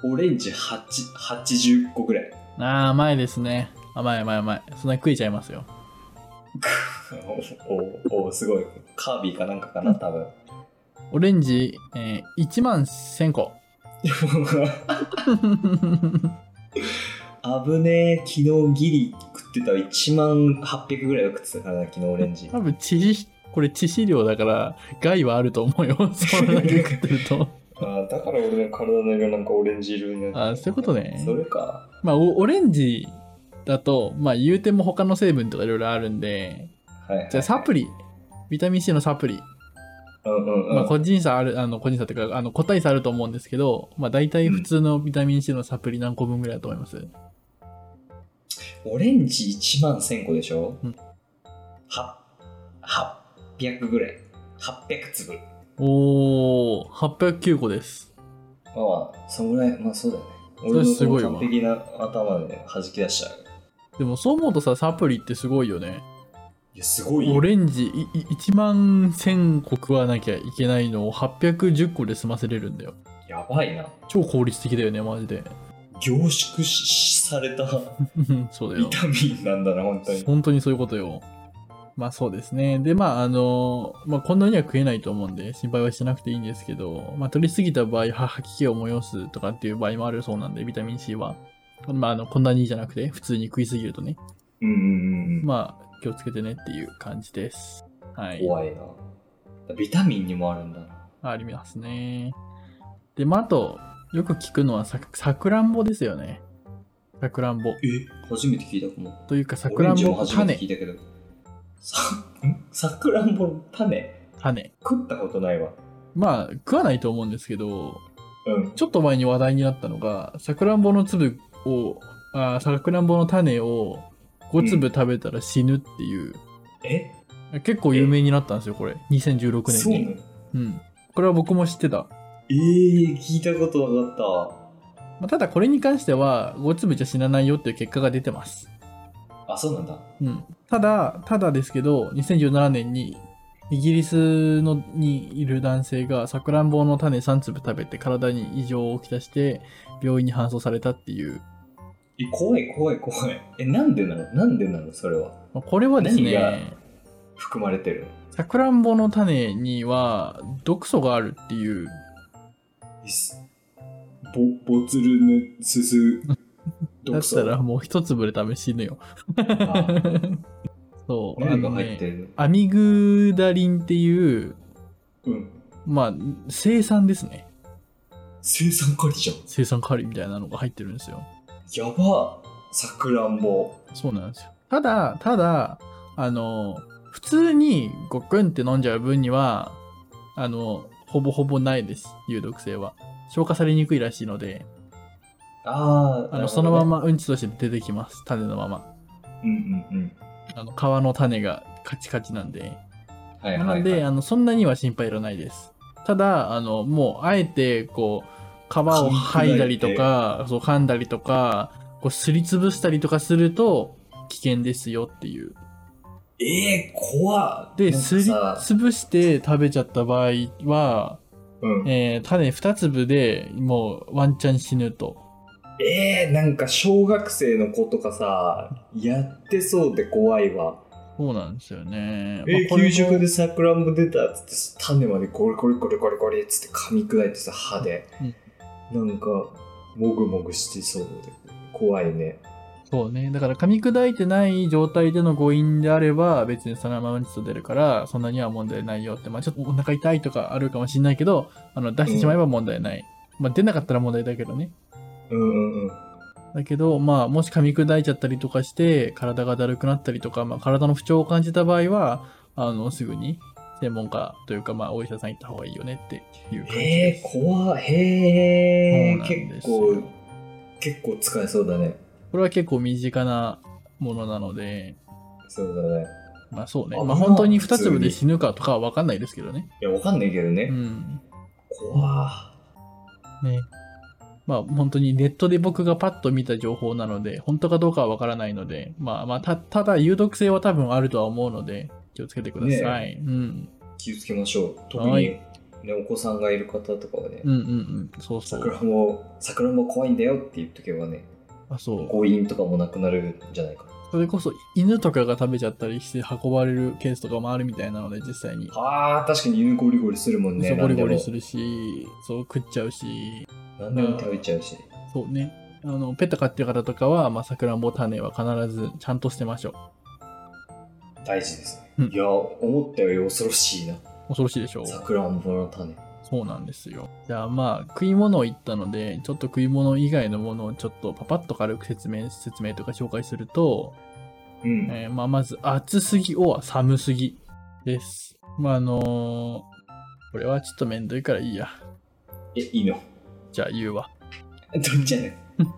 [SPEAKER 2] オレンジ8 80個ぐらい
[SPEAKER 1] ああ、甘いですね。甘い甘い甘い。そんな食いちゃいますよ。
[SPEAKER 2] おおおすごいカービィかなんかかな多分
[SPEAKER 1] オレンジ、えー、1万1000個。
[SPEAKER 2] 危ねえ昨日ギリ食ってた1万800ぐらいは食ってたからな昨日オレンジ
[SPEAKER 1] 多分、致死、これ致死量だから、害はあると思うよ。 それだけ食ってると。
[SPEAKER 2] あだから俺の体の色なんかオレンジ色にな
[SPEAKER 1] あーそういうことね
[SPEAKER 2] それか
[SPEAKER 1] まあ、おオレンジだと、まあ、言うても他の成分とかいろいろあるんで、
[SPEAKER 2] はい、はい、
[SPEAKER 1] じゃあサプリ、ビタミン C のサプリ、
[SPEAKER 2] うんうんうん、
[SPEAKER 1] まあ、個人差ある、あの、個人差っていうか、あの、個体差あると思うんですけど、まあ、大体普通のビタミン C のサプリ何個分ぐらいだと思います、
[SPEAKER 2] オレンジ1万1000個でしょ、
[SPEAKER 1] うん
[SPEAKER 2] は800ぐらい800粒ま
[SPEAKER 1] おお809個です。
[SPEAKER 2] あまあそんぐらいまあそうだよね
[SPEAKER 1] れ
[SPEAKER 2] 俺の
[SPEAKER 1] す
[SPEAKER 2] こ
[SPEAKER 1] ご
[SPEAKER 2] の
[SPEAKER 1] いわ
[SPEAKER 2] 完璧な頭で弾き出しちゃう
[SPEAKER 1] でも、そう思うとさ、サプリってすごいよね。
[SPEAKER 2] いやすごいよ
[SPEAKER 1] オレンジいい1万1000個食わなきゃいけないのを810個で済ませれるんだよ。
[SPEAKER 2] やばいな
[SPEAKER 1] 超効率的だよね、マジで。
[SPEAKER 2] 凝縮しされた
[SPEAKER 1] そうだよ
[SPEAKER 2] ビ。タミンなんだな本当に
[SPEAKER 1] 本当にそういうことよ。まあそうですね。で、まああの、まあこんなには食えないと思うんで心配はしなくていいんですけど、まあ取りすぎた場合、は吐き気を催すとかっていう場合もあるそうなんで、ビタミン C は。まああの、こんなにじゃなくて、普通に食いすぎるとね。
[SPEAKER 2] うんうんうん、
[SPEAKER 1] まあ気をつけてねっていう感じです。はい。
[SPEAKER 2] 怖いなビタミンにもあるんだな
[SPEAKER 1] ありますね。で、まああと、よく聞くのはさ、さくらんぼですよね。さくらんぼ。
[SPEAKER 2] え初めて聞いたかも
[SPEAKER 1] というか、さ
[SPEAKER 2] オ
[SPEAKER 1] く
[SPEAKER 2] レ
[SPEAKER 1] ら
[SPEAKER 2] ン
[SPEAKER 1] ん
[SPEAKER 2] ジ
[SPEAKER 1] ぼ
[SPEAKER 2] も
[SPEAKER 1] の
[SPEAKER 2] 初め
[SPEAKER 1] 種
[SPEAKER 2] て聞。いたけどさんさくらんぼの種
[SPEAKER 1] 種。
[SPEAKER 2] 食ったことないわ
[SPEAKER 1] まあ、食わないと思うんですけど、
[SPEAKER 2] うん
[SPEAKER 1] ちょっと前に話題になったのが、さくらんぼの粒を、あーさくらんぼの種を5粒食べたら死ぬっていう、
[SPEAKER 2] え
[SPEAKER 1] 結構有名になったんですよ、これ。2016年
[SPEAKER 2] そうな
[SPEAKER 1] に。
[SPEAKER 2] の
[SPEAKER 1] うん。これは僕も知ってた。
[SPEAKER 2] えー、聞いたことなか
[SPEAKER 1] まあ、ただこれに関しては、5粒じゃ死なないよっていう結果が出てます。
[SPEAKER 2] ったあそうなんだ
[SPEAKER 1] うん。ただ、ただですけど、2017年に、イギリスのにいる男性がさくらんぼの種3粒食べて体に異常をきたして病院に搬送されたっていう、
[SPEAKER 2] え怖い怖い怖いえなんでなのなんでなのそれは
[SPEAKER 1] まあ、これはです
[SPEAKER 2] 何が
[SPEAKER 1] ね
[SPEAKER 2] 含まれてる
[SPEAKER 1] さくらんぼの種には毒素があるっていう
[SPEAKER 2] いっすぼボツルヌス ス
[SPEAKER 1] だ
[SPEAKER 2] 毒
[SPEAKER 1] った
[SPEAKER 2] 素
[SPEAKER 1] らもう一粒で試しぬよ
[SPEAKER 2] あ
[SPEAKER 1] そうあ
[SPEAKER 2] 何が
[SPEAKER 1] の
[SPEAKER 2] 入って
[SPEAKER 1] ね
[SPEAKER 2] るの
[SPEAKER 1] アミグダリンっていう
[SPEAKER 2] うん
[SPEAKER 1] まあ生産ですね
[SPEAKER 2] 生産カリじゃん
[SPEAKER 1] 生産カリみたいなのが入ってるんですよ
[SPEAKER 2] やばさくらんぼ
[SPEAKER 1] そうなんですよただただあの普通にごっくんって飲んじゃう分にはあのほぼほぼないです有毒性は消化されにくいらしいので
[SPEAKER 2] ああ
[SPEAKER 1] あのそのままうんちとして出てきます種のまま
[SPEAKER 2] うんうんうん
[SPEAKER 1] あの皮の種がカチカチなんで
[SPEAKER 2] は
[SPEAKER 1] な
[SPEAKER 2] いはい
[SPEAKER 1] の
[SPEAKER 2] はい
[SPEAKER 1] で、あの、そんなには心配いらないです。ただ、あの、もう、あえて、こう、皮を剥いだりとか、そう、噛んだりとか、こう、すりつぶしたりとかすると、危険ですよっていう。
[SPEAKER 2] えー、怖っ
[SPEAKER 1] で、
[SPEAKER 2] なんか
[SPEAKER 1] すり
[SPEAKER 2] さ
[SPEAKER 1] つぶして食べちゃった場合は、
[SPEAKER 2] うん、
[SPEAKER 1] えー種2粒でもうワンチャン死ぬと。
[SPEAKER 2] えー、なんか小学生の子とかさやってそうで怖いわ
[SPEAKER 1] そうなんですよね。
[SPEAKER 2] え
[SPEAKER 1] まあ
[SPEAKER 2] ー
[SPEAKER 1] これも
[SPEAKER 2] 給食でさくらんぼ出たっつって種までゴリゴリゴリゴリゴリっつって噛み砕いてさ歯で、なんかもぐもぐしてそうで怖いね
[SPEAKER 1] そうね。だから噛み砕いてない状態での誤飲であれば、別にそのままにと出るから、そんなには問題ないよって。まあちょっとお腹痛いとかあるかもしれないけど、あの出してしまえば問題ない。まあ出なかったら問題だけどね。
[SPEAKER 2] うんうんうん
[SPEAKER 1] だけど、まあ、もし噛み砕いちゃったりとかして、体がだるくなったりとか、まあ、体の不調を感じた場合は、あの、すぐに専門家というか、まあ、お医者さん行った方がいいよねっていう感じ
[SPEAKER 2] え
[SPEAKER 1] で
[SPEAKER 2] ー、
[SPEAKER 1] す。
[SPEAKER 2] 怖いへ
[SPEAKER 1] そう
[SPEAKER 2] え
[SPEAKER 1] なんで
[SPEAKER 2] 結
[SPEAKER 1] すよ
[SPEAKER 2] 構結構使えそうだね
[SPEAKER 1] これは結構身近なものなので、
[SPEAKER 2] そうだね
[SPEAKER 1] まあそうね。
[SPEAKER 2] あ
[SPEAKER 1] まあ本当に
[SPEAKER 2] 普通
[SPEAKER 1] 2
[SPEAKER 2] に
[SPEAKER 1] 粒で死ぬかとかは分かんないですけどね。
[SPEAKER 2] いやわかんないけどね、
[SPEAKER 1] うん。
[SPEAKER 2] 怖
[SPEAKER 1] ね。まあ本当にネットで僕がパッと見た情報なので、本当かどうかは分からないので、まあまあた、ただ有毒性は多分あるとは思うので、気をつけてください。うん。
[SPEAKER 2] 気をつけましょう特
[SPEAKER 1] は
[SPEAKER 2] に、
[SPEAKER 1] い
[SPEAKER 2] ね、お子さんがいる方とかはね、
[SPEAKER 1] うんうんうん。そうそ
[SPEAKER 2] さ
[SPEAKER 1] う
[SPEAKER 2] く。らんぼさくらんぼ怖いんだよって言っとけばね
[SPEAKER 1] あそう
[SPEAKER 2] 誤飲とかもなくなるんじゃないか
[SPEAKER 1] それこそ犬とかが食べちゃったりして運ばれるケースとかもあるみたいなので実際に、
[SPEAKER 2] あー確かに犬ゴリゴリするもんね
[SPEAKER 1] そうゴリゴリす
[SPEAKER 2] る
[SPEAKER 1] るしそう食っちゃうし
[SPEAKER 2] 何でも食べちゃうし
[SPEAKER 1] そうねあのペット飼ってる方とかはまあさくらんぼ種は必ずちゃんと捨てましょう
[SPEAKER 2] 大事ですね、
[SPEAKER 1] うん
[SPEAKER 2] いや思ったより恐ろしいな
[SPEAKER 1] 恐ろしいでしょう
[SPEAKER 2] さくらんぼの種
[SPEAKER 1] そうなんですよじゃあまあ食い物を言ったのでちょっと食い物以外のものをちょっとパパッと軽く説明説明とか紹介すると
[SPEAKER 2] うん、
[SPEAKER 1] えーまあ、まず、暑すぎを寒すぎです。まあ、あのーこれはちょっとめんどいからいいや。
[SPEAKER 2] えい いの
[SPEAKER 1] じゃあ言うわ。
[SPEAKER 2] どっちやねん
[SPEAKER 1] ま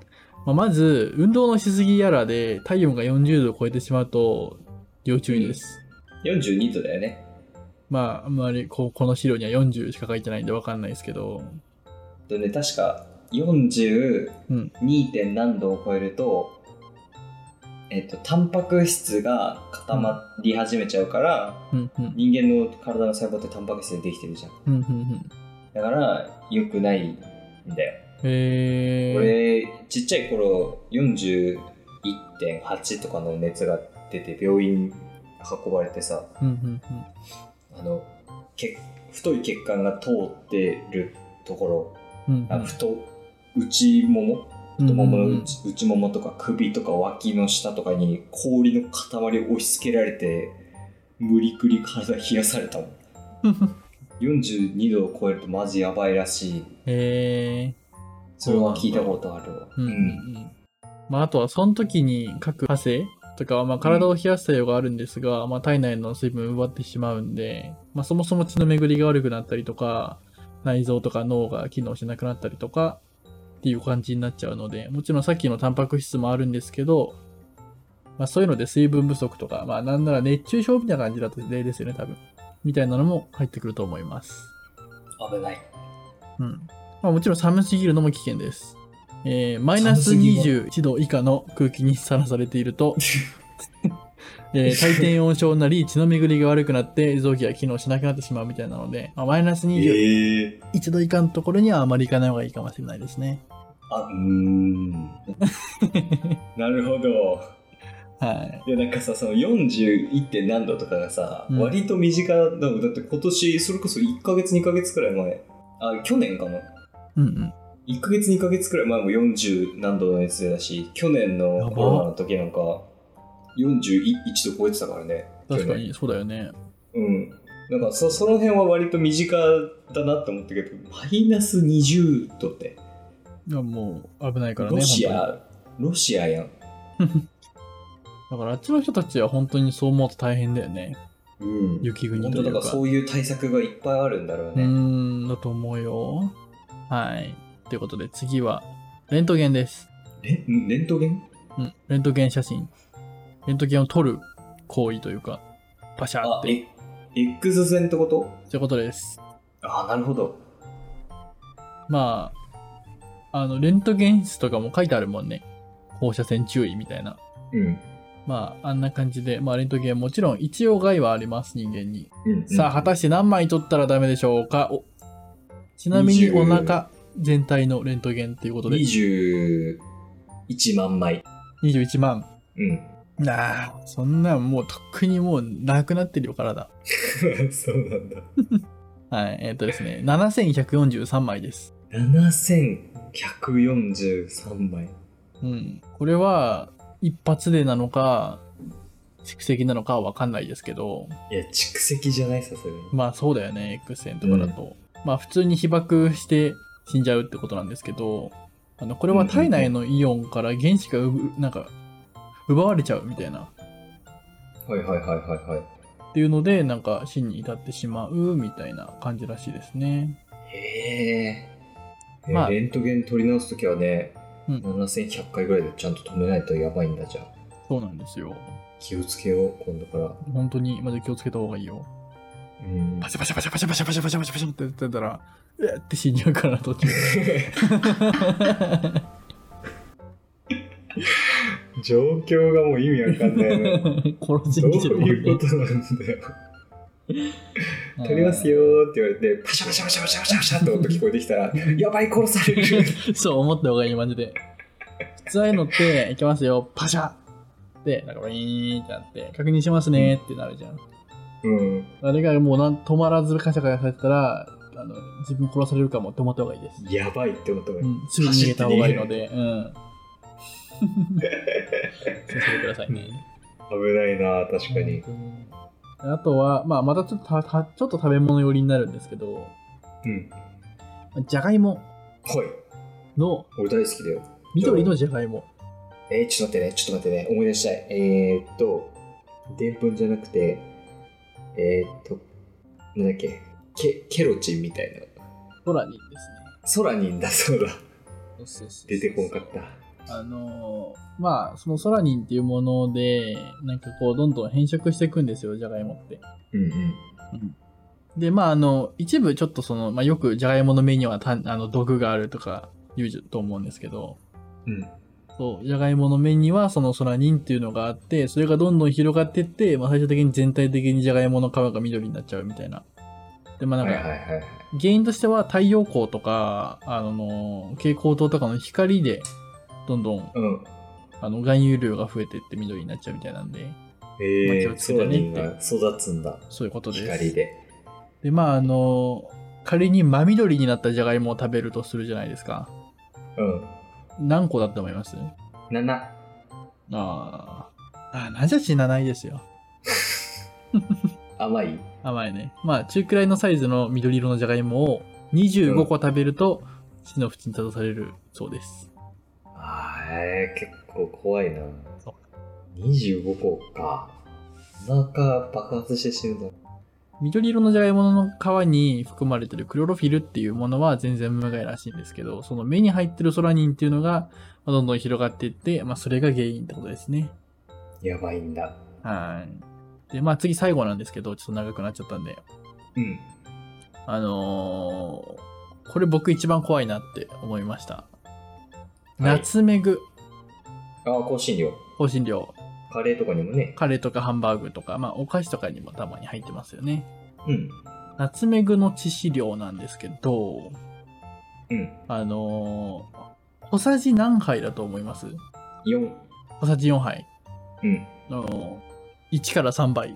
[SPEAKER 1] あ、まず、運動のしすぎやらで体温が40度を超えてしまうと、要注意です。
[SPEAKER 2] 42度だよね
[SPEAKER 1] まあ、あんまりこうこの資料には40しか書いてないんでわかんないですけど、
[SPEAKER 2] とね確か42
[SPEAKER 1] うん
[SPEAKER 2] 点何度を超えると、えっとタンパク質が固まり始めちゃうから、
[SPEAKER 1] うんうん、
[SPEAKER 2] 人間の体の細胞ってタンパク質でできてるじゃん
[SPEAKER 1] うん、うん、うん。
[SPEAKER 2] だから良くないんだよ
[SPEAKER 1] えー、
[SPEAKER 2] 俺ちっちゃい頃41.8とかの熱が出て病院運ばれてさ
[SPEAKER 1] うん、うん、
[SPEAKER 2] あの血太い血管が通ってるところ
[SPEAKER 1] うん。うん、
[SPEAKER 2] あ太内もも太もも
[SPEAKER 1] う
[SPEAKER 2] の
[SPEAKER 1] ん
[SPEAKER 2] 内,、内ももとか首とか脇の下とかに氷の塊を押し付けられて無理くり体冷やされ たもん42度を超えるとマジやばいらしい
[SPEAKER 1] えー、
[SPEAKER 2] それは聞いたことあるわ
[SPEAKER 1] うんうんうんまあ、あとはその時に各汗とかはまあ体を冷やす作用があるんですが、まあ、体内の水分を奪ってしまうんで、まあ、そもそも血の巡りが悪くなったりとか内臓とか脳が機能しなくなったりとかっていう感じになっちゃうのでもちろんさっきのタンパク質もあるんですけど、まあ、そういうので水分不足とか、まあ、なんなら熱中症みたいな感じだと例ですよね多分みたいなのも入ってくると思います
[SPEAKER 2] 危ない
[SPEAKER 1] うんまあ、もちろん寒すぎるのも危険です。えーマイナ
[SPEAKER 2] 寒
[SPEAKER 1] ス
[SPEAKER 2] すぎ
[SPEAKER 1] 21度以下の空気にさらされている と、えー、体温症になり血の巡りが悪くなって臓器が機能しなくなってしまうみたいなので、まあ、マイナス21
[SPEAKER 2] ええ
[SPEAKER 1] 度以下のところにはあまり行かない方がいいかもしれないですね。
[SPEAKER 2] あ、うー ん。なるほど。
[SPEAKER 1] はい。
[SPEAKER 2] いや、なんかさ、その 41. 点何度とかがさ、
[SPEAKER 1] うん
[SPEAKER 2] 割と身近だもん。だって今年、それこそ1ヶ月、2ヶ月くらい前。あ、去年かな。
[SPEAKER 1] うん
[SPEAKER 2] 1ヶ月、2ヶ月くらい前も40何度の熱出だし、去年
[SPEAKER 1] や
[SPEAKER 2] の
[SPEAKER 1] ば
[SPEAKER 2] コロナの時なんか、41度超えてたからね。
[SPEAKER 1] うん。確か
[SPEAKER 2] 去
[SPEAKER 1] にそうだよね。
[SPEAKER 2] 年。うん。なんかそ、その辺は割と身近だなって思ったけど、マイナス20度って。
[SPEAKER 1] いやもう危ないからね。
[SPEAKER 2] ロシア、ロシアやん。
[SPEAKER 1] 本当にだからあっちの人たちは本当にそう思うと大変だよね。
[SPEAKER 2] うん。
[SPEAKER 1] 雪国
[SPEAKER 2] 本
[SPEAKER 1] とい
[SPEAKER 2] 当
[SPEAKER 1] う
[SPEAKER 2] だからそういう対策がいっぱいあるんだろう
[SPEAKER 1] うー
[SPEAKER 2] ね。
[SPEAKER 1] ん、だと思うよ。はい。ということで次は、レントゲンです。
[SPEAKER 2] レんレントゲン
[SPEAKER 1] うん、レントゲン写真。レントゲンを撮る行為というか、パシャ
[SPEAKER 2] あ
[SPEAKER 1] っ、て。
[SPEAKER 2] え、 X 線ってこと
[SPEAKER 1] ということです。
[SPEAKER 2] ああ、なるほど。
[SPEAKER 1] まあ、あの、レントゲン室とかも書いてあるもんね。放射線注意みたいな。
[SPEAKER 2] うん。
[SPEAKER 1] まあ、あんな感じで、まあ、レントゲンもちろん一応害はあります、人間に。
[SPEAKER 2] うん、うん
[SPEAKER 1] さあ、果たして何枚取ったらダメでしょうかおちなみにお腹全体のレントゲンっていうことで、
[SPEAKER 2] 21万枚。
[SPEAKER 1] 21万。
[SPEAKER 2] うん。
[SPEAKER 1] なあ、そんなんもうとっくにもうなくなってるよ、体。
[SPEAKER 2] そうなんだ。
[SPEAKER 1] はい、えっ、とですね、7143枚です。
[SPEAKER 2] 7143枚。
[SPEAKER 1] うん。これは、一発でなのか、蓄積なのかはわかんないですけど、
[SPEAKER 2] いや、蓄積じゃないさすがに。
[SPEAKER 1] まあそうだよね、X 線とかだと。まあ普通に被爆して死んじゃうってことなんですけど、あの、これは体内のイオンから原子がうぶ、なんか、奪われちゃうみたいな。
[SPEAKER 2] はいはいはいはいは
[SPEAKER 1] っていうので、なんか死に至ってしまうみたいな感じらしいですね。
[SPEAKER 2] い。へえ。
[SPEAKER 1] ま
[SPEAKER 2] ま
[SPEAKER 1] あ
[SPEAKER 2] あ、レントゲン取り直すときはね、
[SPEAKER 1] うん
[SPEAKER 2] 7100回ぐらいでちゃんと止めないとやばいんだじゃん。
[SPEAKER 1] そうなんですよ。
[SPEAKER 2] 気をつけよう、今度から。
[SPEAKER 1] 本当に、まず気をつけた方がいいよ。
[SPEAKER 2] うん
[SPEAKER 1] パシャパシャパシャパシャパシャパシャパシャパシャパシャってやってたら、えーって死んじゃうから途中。
[SPEAKER 2] 状況がもう意味わかんないね。
[SPEAKER 1] 殺し
[SPEAKER 2] どう
[SPEAKER 1] に来てるもん
[SPEAKER 2] い
[SPEAKER 1] ね
[SPEAKER 2] うことなんだよ。取ります。よーって言われて、パシャパシャパシャパシャパシャパシャって音聞こえてきたら、やばい、殺される。
[SPEAKER 1] そう思った方がいい、マジで。普通ああいうのって、いきますよ、パシャで、なんかウィーンってなって、確認しますねってなるじゃん。
[SPEAKER 2] うん。
[SPEAKER 1] あれがもうなん止まらずカシャカシャされてたら、あの自分殺されるかもって思った方がいいです。
[SPEAKER 2] やばいって思ったも。
[SPEAKER 1] うんん、すぐ逃げた方がいいので、うん。気をつけてくださいね。
[SPEAKER 2] 危ないなー、確かに。
[SPEAKER 1] うんあとは、まあ、またちょっとたたちょっと食べ物寄りになるんですけど、
[SPEAKER 2] うん。
[SPEAKER 1] じゃがいも
[SPEAKER 2] はい。
[SPEAKER 1] の、
[SPEAKER 2] 俺大好きだよ。
[SPEAKER 1] 緑のじゃがいも。
[SPEAKER 2] えー、ちょっと待ってね、ちょっと待ってね、思い出したい。えー、っと、でんぷんじゃなくて、えー、っと、なんだっけ、ケケロチンみたいな。
[SPEAKER 1] 空にですね。
[SPEAKER 2] ソラニンだそうだ。
[SPEAKER 1] そうそうそう
[SPEAKER 2] 出てこんかった。
[SPEAKER 1] あのーまあそのソラニンっていうものでなんかこうどんどん変色していくんですよじゃがいもって
[SPEAKER 2] うんうん。
[SPEAKER 1] でまああの一部ちょっとその、まあ、よくじゃがいもの目にはたあの毒があるとか言うと思うんですけど
[SPEAKER 2] うん。
[SPEAKER 1] そうじゃがいもの目にはそのソラニンっていうのがあってそれがどんどん広がってって、まあ、最終的に全体的にじゃがいもの皮が緑になっちゃうみたいなでまあなん
[SPEAKER 2] はい
[SPEAKER 1] か、
[SPEAKER 2] はいはいはい。
[SPEAKER 1] 原因としては太陽光とかあの蛍光灯とかの光でどんどん
[SPEAKER 2] うん。
[SPEAKER 1] あの含有量が増えてって緑になっちゃうみたいなんでまあ
[SPEAKER 2] え
[SPEAKER 1] 気
[SPEAKER 2] ー
[SPEAKER 1] を、つけ
[SPEAKER 2] ソ
[SPEAKER 1] て
[SPEAKER 2] ラ
[SPEAKER 1] ね
[SPEAKER 2] ニンが育つんだ。
[SPEAKER 1] そういうことです
[SPEAKER 2] 光で。
[SPEAKER 1] でまああの仮に真緑になったじゃがいもを食べるとするじゃないですか
[SPEAKER 2] うん。
[SPEAKER 1] 何個だと思います
[SPEAKER 2] 7。
[SPEAKER 1] あーあーなじゃ死なないですよ
[SPEAKER 2] 甘い
[SPEAKER 1] 甘いねまあ中くらいのサイズの緑色のじゃがいもを25個食べると死の淵に立たされるそうです
[SPEAKER 2] あー、えー、結構怖いな
[SPEAKER 1] そう。
[SPEAKER 2] 25個か。お腹爆発して死ぬぞ。
[SPEAKER 1] 緑色のじゃがいもの皮に含まれてるクロロフィルっていうものは全然無害らしいんですけど、その目に入ってるソラニンっていうのがまあどんどん広がっていって、まあそれが原因ってことですね。
[SPEAKER 2] やばいんだ。
[SPEAKER 1] はい。で、まあ次最後なんですけど、ちょっと長くなっちゃったんで、
[SPEAKER 2] うん。
[SPEAKER 1] あのーこれ僕一番怖いなって思いました。ナツメグ、
[SPEAKER 2] ああ、香辛料。
[SPEAKER 1] 香辛料、
[SPEAKER 2] カレーとかにもね。
[SPEAKER 1] カレーとかハンバーグとか、まあお菓子とかにもたまに入ってますよね。
[SPEAKER 2] うん。
[SPEAKER 1] ナツメグの致死量なんですけど、
[SPEAKER 2] うん。
[SPEAKER 1] あのー小さじ何杯だと思います
[SPEAKER 2] 4。
[SPEAKER 1] 小さじ4杯。
[SPEAKER 2] うん。
[SPEAKER 1] あのー1から3倍。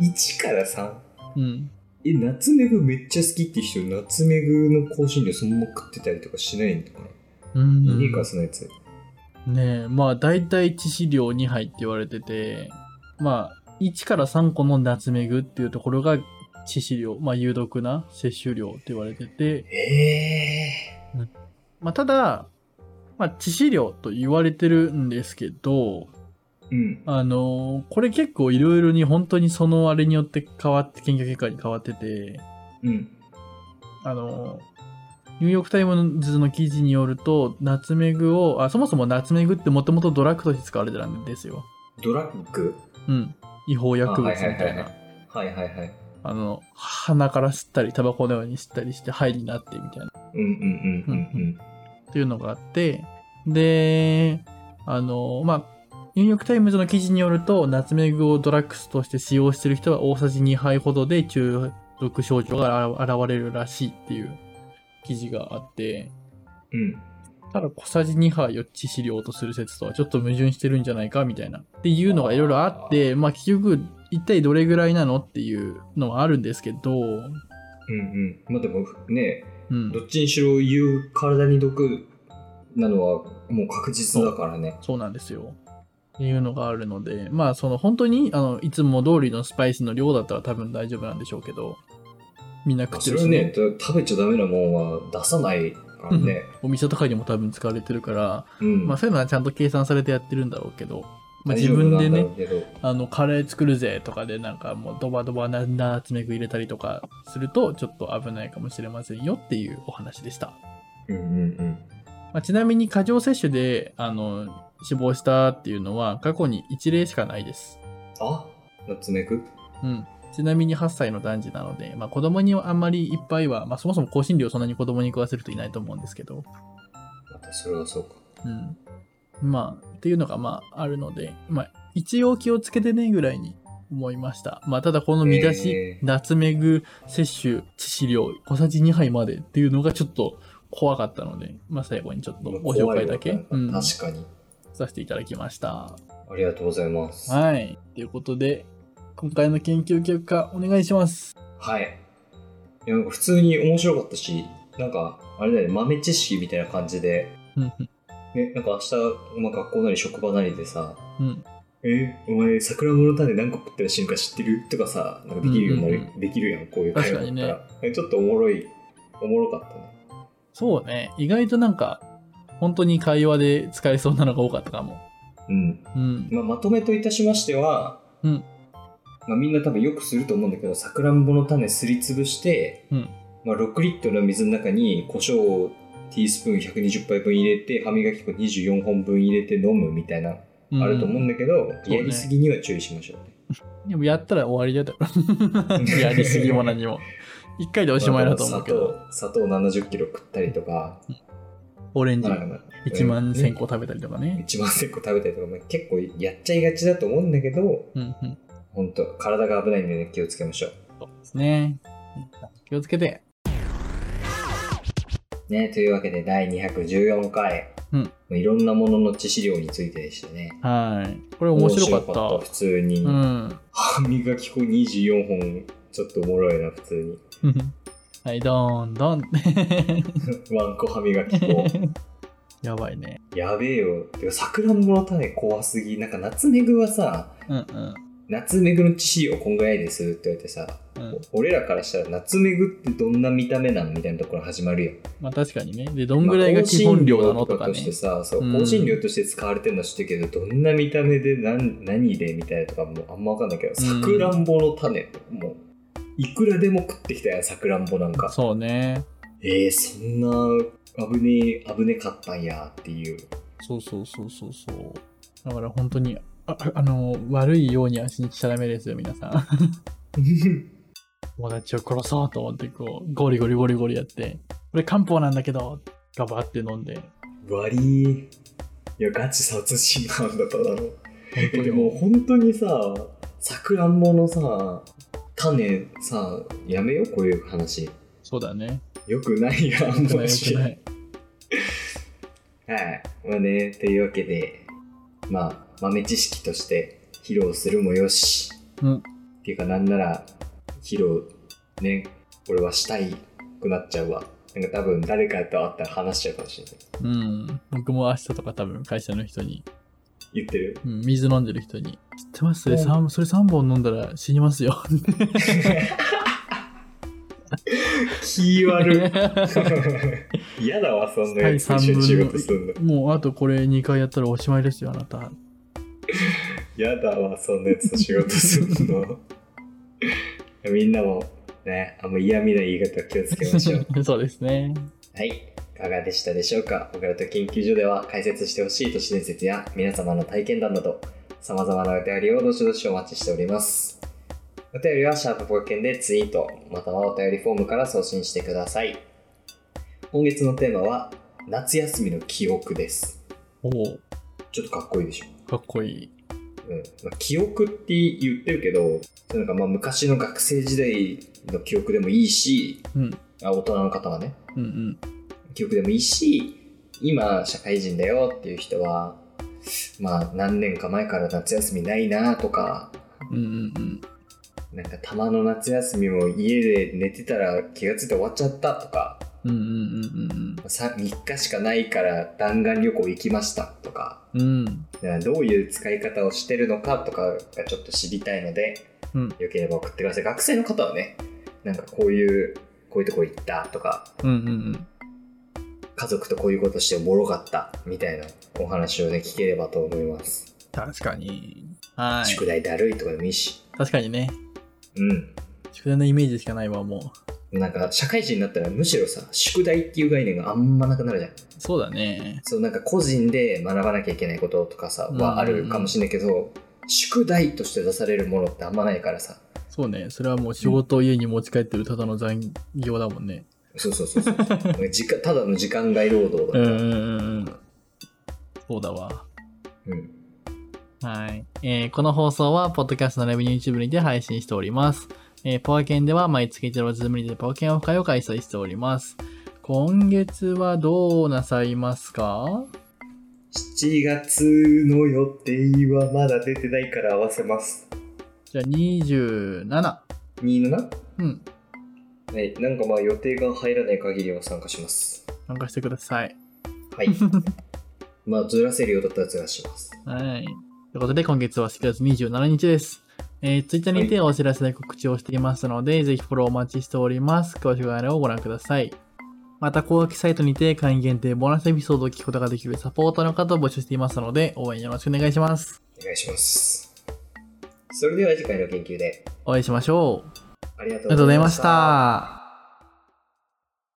[SPEAKER 2] 1?1 から 3?
[SPEAKER 1] うん。
[SPEAKER 2] え、ナツメグめっちゃ好きって人、ナツメグの香辛料そのまま食ってたりとかしないんだから。
[SPEAKER 1] うん
[SPEAKER 2] いいか、そのやつ。
[SPEAKER 1] ねえ、まあ大体致死量2杯って言われてて、まあ1から3個のナツメグっていうところが致死量、まあ有毒な摂取量って言われてて、
[SPEAKER 2] え
[SPEAKER 1] まあただ、まあ致死量と言われてるんですけど、
[SPEAKER 2] ー。うん。
[SPEAKER 1] あのーこれ結構いろいろに本当にそのあれによって変わって、研究結果に変わってて、
[SPEAKER 2] うん。
[SPEAKER 1] あの、ニューヨークタイムズの記事によると、ナツメグを、あそもそもナツメグってもともとドラッグとして使われてたんですよ。
[SPEAKER 2] ドラッグ
[SPEAKER 1] うん。違法薬物みたいな、
[SPEAKER 2] あはいはいはい。
[SPEAKER 1] あの鼻から吸ったりタバコのように吸ったりして肺になってみたいな
[SPEAKER 2] うんうんうんうん
[SPEAKER 1] っていうのがあってであのまあニューヨーク・タイムズの記事によるとナツメグをドラッグスとして使用してる人は大さじ2杯ほどで中毒症状が現現れるらしいっていう記事があって
[SPEAKER 2] うん。うん。
[SPEAKER 1] ただ小さじ2杯を致死量とする説とはちょっと矛盾してるんじゃないかみたいなっていうのがいろいろあってまあ結局一体どれぐらいなのっていうのはあるんですけど、
[SPEAKER 2] うんうん。まあでもね、
[SPEAKER 1] うん、
[SPEAKER 2] どっちにしろ言う体に毒なのはもう確実だからね。
[SPEAKER 1] そうなんですよ。っていうのがあるので、まあ、その本当にあのいつも通りのスパイスの量だったら多分大丈夫なんでしょうけど、みんな食って
[SPEAKER 2] そ
[SPEAKER 1] る
[SPEAKER 2] れは
[SPEAKER 1] し
[SPEAKER 2] ね、食べちゃダメなもんは出さないからね。
[SPEAKER 1] お店とかにも多分使われてるから、
[SPEAKER 2] うん。
[SPEAKER 1] まあ、そういうのはちゃんと計算されてやってるんだろうけど、まあ、
[SPEAKER 2] 大
[SPEAKER 1] 自
[SPEAKER 2] 丈夫
[SPEAKER 1] 分
[SPEAKER 2] な
[SPEAKER 1] で
[SPEAKER 2] んだ
[SPEAKER 1] ね
[SPEAKER 2] ろ、うけど。
[SPEAKER 1] あのカレー作るぜとかで、なんかもうドバドバなナツメグ入れたりとかすると、ちょっと危ないかもしれませんよっていうお話でした。
[SPEAKER 2] うんうん
[SPEAKER 1] まあ、ちなみに過剰摂取であの死亡したっていうのは過去に1例しかないです。
[SPEAKER 2] うん。あナッツメイク
[SPEAKER 1] うん、ちなみに8歳の男児なので、まあ、子供にはあんまりいっぱいは、まあ、そもそも香辛料そんなに子供に食わせる人いないと思うんですけど、
[SPEAKER 2] またそれはそうか。
[SPEAKER 1] うん、まあっていうのがまああるので、まあ、一応気をつけてねぐらいに思いました、まあ、ただこの見出し、
[SPEAKER 2] え
[SPEAKER 1] ナツメグ摂取致死量小さじ2杯までっていうのがちょっと怖かったので、まあ、最後にちょっとご紹介だけ、
[SPEAKER 2] 怖
[SPEAKER 1] う
[SPEAKER 2] い
[SPEAKER 1] ん
[SPEAKER 2] わ確かに。
[SPEAKER 1] させていただきました
[SPEAKER 2] ありがとうございます。
[SPEAKER 1] はいということで今回の研究結果お願いします
[SPEAKER 2] はい。いやなんか普通に面白かったし、なんか、あれだよね、豆知識みたいな感じで、
[SPEAKER 1] うん
[SPEAKER 2] ね、なんか明日、まあ、学校なり職場なりでさ、
[SPEAKER 1] うん
[SPEAKER 2] え、お前、桜物種何個食ってらっしゃるか知ってるとかさ、なんかできるようになる、
[SPEAKER 1] うんうん
[SPEAKER 2] できるやん、こういう会話だったら。えちょっとおもろい、おもろかったね。
[SPEAKER 1] そうね。意外となんか、本当に会話で使えそうなのが多かったかも。
[SPEAKER 2] うん。
[SPEAKER 1] うん。
[SPEAKER 2] まあ、まとめといたしましては、
[SPEAKER 1] うん
[SPEAKER 2] まあ、みんな多分よくすると思うんだけどさくらんぼの種すりつぶして、
[SPEAKER 1] うん
[SPEAKER 2] まあ、6リットルの水の中に胡椒をティースプーン120杯分入れて歯磨き粉24本分入れて飲むみたいな、
[SPEAKER 1] うん
[SPEAKER 2] あると思うんだけど、
[SPEAKER 1] そうね
[SPEAKER 2] やりすぎには注意しましょうね
[SPEAKER 1] でもやったら終わりだ よ。やりすぎも何も。一回でおしまいだと思うけ ど、
[SPEAKER 2] まあ砂糖砂糖70キロ食ったりとか、
[SPEAKER 1] オレンジ
[SPEAKER 2] まあ
[SPEAKER 1] 1万1000
[SPEAKER 2] 個
[SPEAKER 1] 個食べたりとかね。
[SPEAKER 2] 1万1000個食べたりとか、まあ、結構やっちゃいがちだと思うんだけど
[SPEAKER 1] うんうん。
[SPEAKER 2] 本当体が危ないんでね気をつけましょう
[SPEAKER 1] そうですね。気をつけて。
[SPEAKER 2] ね、というわけで第214回、
[SPEAKER 1] うん
[SPEAKER 2] いろんなものの致死量についてでしたね
[SPEAKER 1] はい。これ面白か
[SPEAKER 2] 面
[SPEAKER 1] った。
[SPEAKER 2] 普通に、
[SPEAKER 1] うん。
[SPEAKER 2] 歯磨き粉24本ちょっとおもろいな普通に
[SPEAKER 1] はい、どんどん。
[SPEAKER 2] ワンコ歯磨き粉
[SPEAKER 1] やばいね。
[SPEAKER 2] やべえよてかさくらんぼの種怖すぎなんかナツメグはさ
[SPEAKER 1] うんうん。
[SPEAKER 2] ナツメグの致死量こんぐらいですって言われてさ、
[SPEAKER 1] うん、
[SPEAKER 2] 俺らからしたらナツメグってどんな見た目なんみたいなところ始まるやん
[SPEAKER 1] まあ確かにね。で、どんぐらいが基本量なのとか
[SPEAKER 2] 香辛料として
[SPEAKER 1] ね。
[SPEAKER 2] さ、そうう、
[SPEAKER 1] ん
[SPEAKER 2] 香辛料として使われてるの知ってるけど、どんな見た目で何何でみたいなとかもあんま分かんないけど、
[SPEAKER 1] う
[SPEAKER 2] さ
[SPEAKER 1] ん
[SPEAKER 2] くらんぼの種、もう、いくらでも食ってきたやん、さくらんぼなんか。
[SPEAKER 1] そうね。
[SPEAKER 2] えー、そんな危ねえ、危ねかったんやっ ていう。
[SPEAKER 1] そうそうそうそうそう。だから本当に、あ ああの、悪いように足にしちゃダメですよ、皆さん。 友達を殺そうと思って、こう、ゴリゴリゴリゴリやって、これ漢方なんだけど、ガバって飲んで。
[SPEAKER 2] 割り、いや、ガチ殺人犯だっただろ。
[SPEAKER 1] 本当
[SPEAKER 2] え
[SPEAKER 1] に
[SPEAKER 2] で も本当にさ、さくらんぼのさ、種さ、やめよう、こういう話。
[SPEAKER 1] そうだね。
[SPEAKER 2] よくな いやん、
[SPEAKER 1] よくないよくない。
[SPEAKER 2] はい。まあね、というわけで、まあ、豆知識として披露するもよし、
[SPEAKER 1] うん
[SPEAKER 2] っていうかなんなら、披露、ね、俺はしたいくなっちゃうわ。なんか多分誰かと会ったら話しちゃうかもしれない。
[SPEAKER 1] うん。僕も明日とか多分会社の人に、
[SPEAKER 2] 言ってる
[SPEAKER 1] うん、水飲んでる人に、知ってますそれ
[SPEAKER 2] うん
[SPEAKER 1] 三それ3本飲んだら死にますよ。
[SPEAKER 2] 気悪 嫌だわ、そんなやつと一緒に仕事すんの。
[SPEAKER 1] もうあとこれ2回やったらおしまいですよ、あなた。
[SPEAKER 2] 嫌だわ、そんなやつと仕事すんの。 みんなも、ね、あんま嫌味な言い方気をつけましょ う。
[SPEAKER 1] そうですね。
[SPEAKER 2] はい。いかがでしたでしょうかオカルト研究所では解説してほしい都市伝説や皆様の体験談など、様々なお便りをどしどしお待ちしております。お便りはシャープポケンでツイート、またはお便りフォームから送信してください。今月のテーマは、夏休みの記憶です。
[SPEAKER 1] おお、
[SPEAKER 2] ちょっとかっこいいでしょ。
[SPEAKER 1] かっこいい。
[SPEAKER 2] うんまあ、記憶って言ってるけど、それなんかまあ昔の学生時代の記憶でもいいし、
[SPEAKER 1] うん、
[SPEAKER 2] あ大人の方はね、
[SPEAKER 1] うん、うん。
[SPEAKER 2] 記憶でもいいし今社会人だよっていう人はまあ何年か前から夏休みないなとか
[SPEAKER 1] うん、うん、うん。
[SPEAKER 2] なんかたまの夏休みも家で寝てたら気がついて終わっちゃったとか
[SPEAKER 1] うん、うん、うん、
[SPEAKER 2] さ3日しかないから弾丸旅行行きましたとか
[SPEAKER 1] うん。うん、
[SPEAKER 2] なんかどういう使い方をしてるのかとかがちょっと知りたいので
[SPEAKER 1] うん、
[SPEAKER 2] よければ送ってください学生の方はねなんかこういうこういうとこ行ったとか
[SPEAKER 1] うん、うん、うん。
[SPEAKER 2] 家族とこういうことしておもろかったみたいなお話をね聞ければと思います
[SPEAKER 1] 確かに。は
[SPEAKER 2] 宿
[SPEAKER 1] い。
[SPEAKER 2] 題だるいとかでもいいし、
[SPEAKER 1] 確かにね。
[SPEAKER 2] うん。
[SPEAKER 1] 宿題のイメージしかないわ、もう。
[SPEAKER 2] なんか、社会人になったらむしろさ、宿題っていう概念があんまなくなるじゃん。
[SPEAKER 1] そうだね。
[SPEAKER 2] そう、なんか個人で学ばなきゃいけないこととかさ、
[SPEAKER 1] うん
[SPEAKER 2] はあるかもしれないけど、宿題として出されるものってあんまないからさ。
[SPEAKER 1] そうね。それはもう仕事を家に持ち帰ってるただの残業だもんね。
[SPEAKER 2] そうそうそうそう。 時間ただの時間外労働
[SPEAKER 1] う
[SPEAKER 2] だ
[SPEAKER 1] ん、う
[SPEAKER 2] から。
[SPEAKER 1] ん、うん、うん。そうだわ。
[SPEAKER 2] うん。
[SPEAKER 1] はい、えーこの放送は、ポッドキャストのライブ YouTube にて配信しております。えーパワケンでは毎月1ロズムにてパワケンオフ会を開催しております。今月はどうなさいますか
[SPEAKER 2] 7月の予定はまだ出てないから合わせます。
[SPEAKER 1] じゃあ27。
[SPEAKER 2] 2のな
[SPEAKER 1] うん。
[SPEAKER 2] はい。なんかまあ予定が入らない限りは参加します。
[SPEAKER 1] 参加してください。
[SPEAKER 2] はい。まあずらせるようだったらずらします。
[SPEAKER 1] はい。ということで、今月は7月27日です。えー、Twitter にてお知らせで告知をしていますので、ぜひフォローお待ちしております。詳しく概要欄をご覧ください。また、公式サイトにて会員限定ボーナスエピソードを聞くことができるサポーターの方を募集していますので、応援よろしくお願いします。
[SPEAKER 2] お願いします。それでは次回の研究で
[SPEAKER 1] お会いしましょう。あ
[SPEAKER 2] ありがと
[SPEAKER 1] りがとうございまし。た。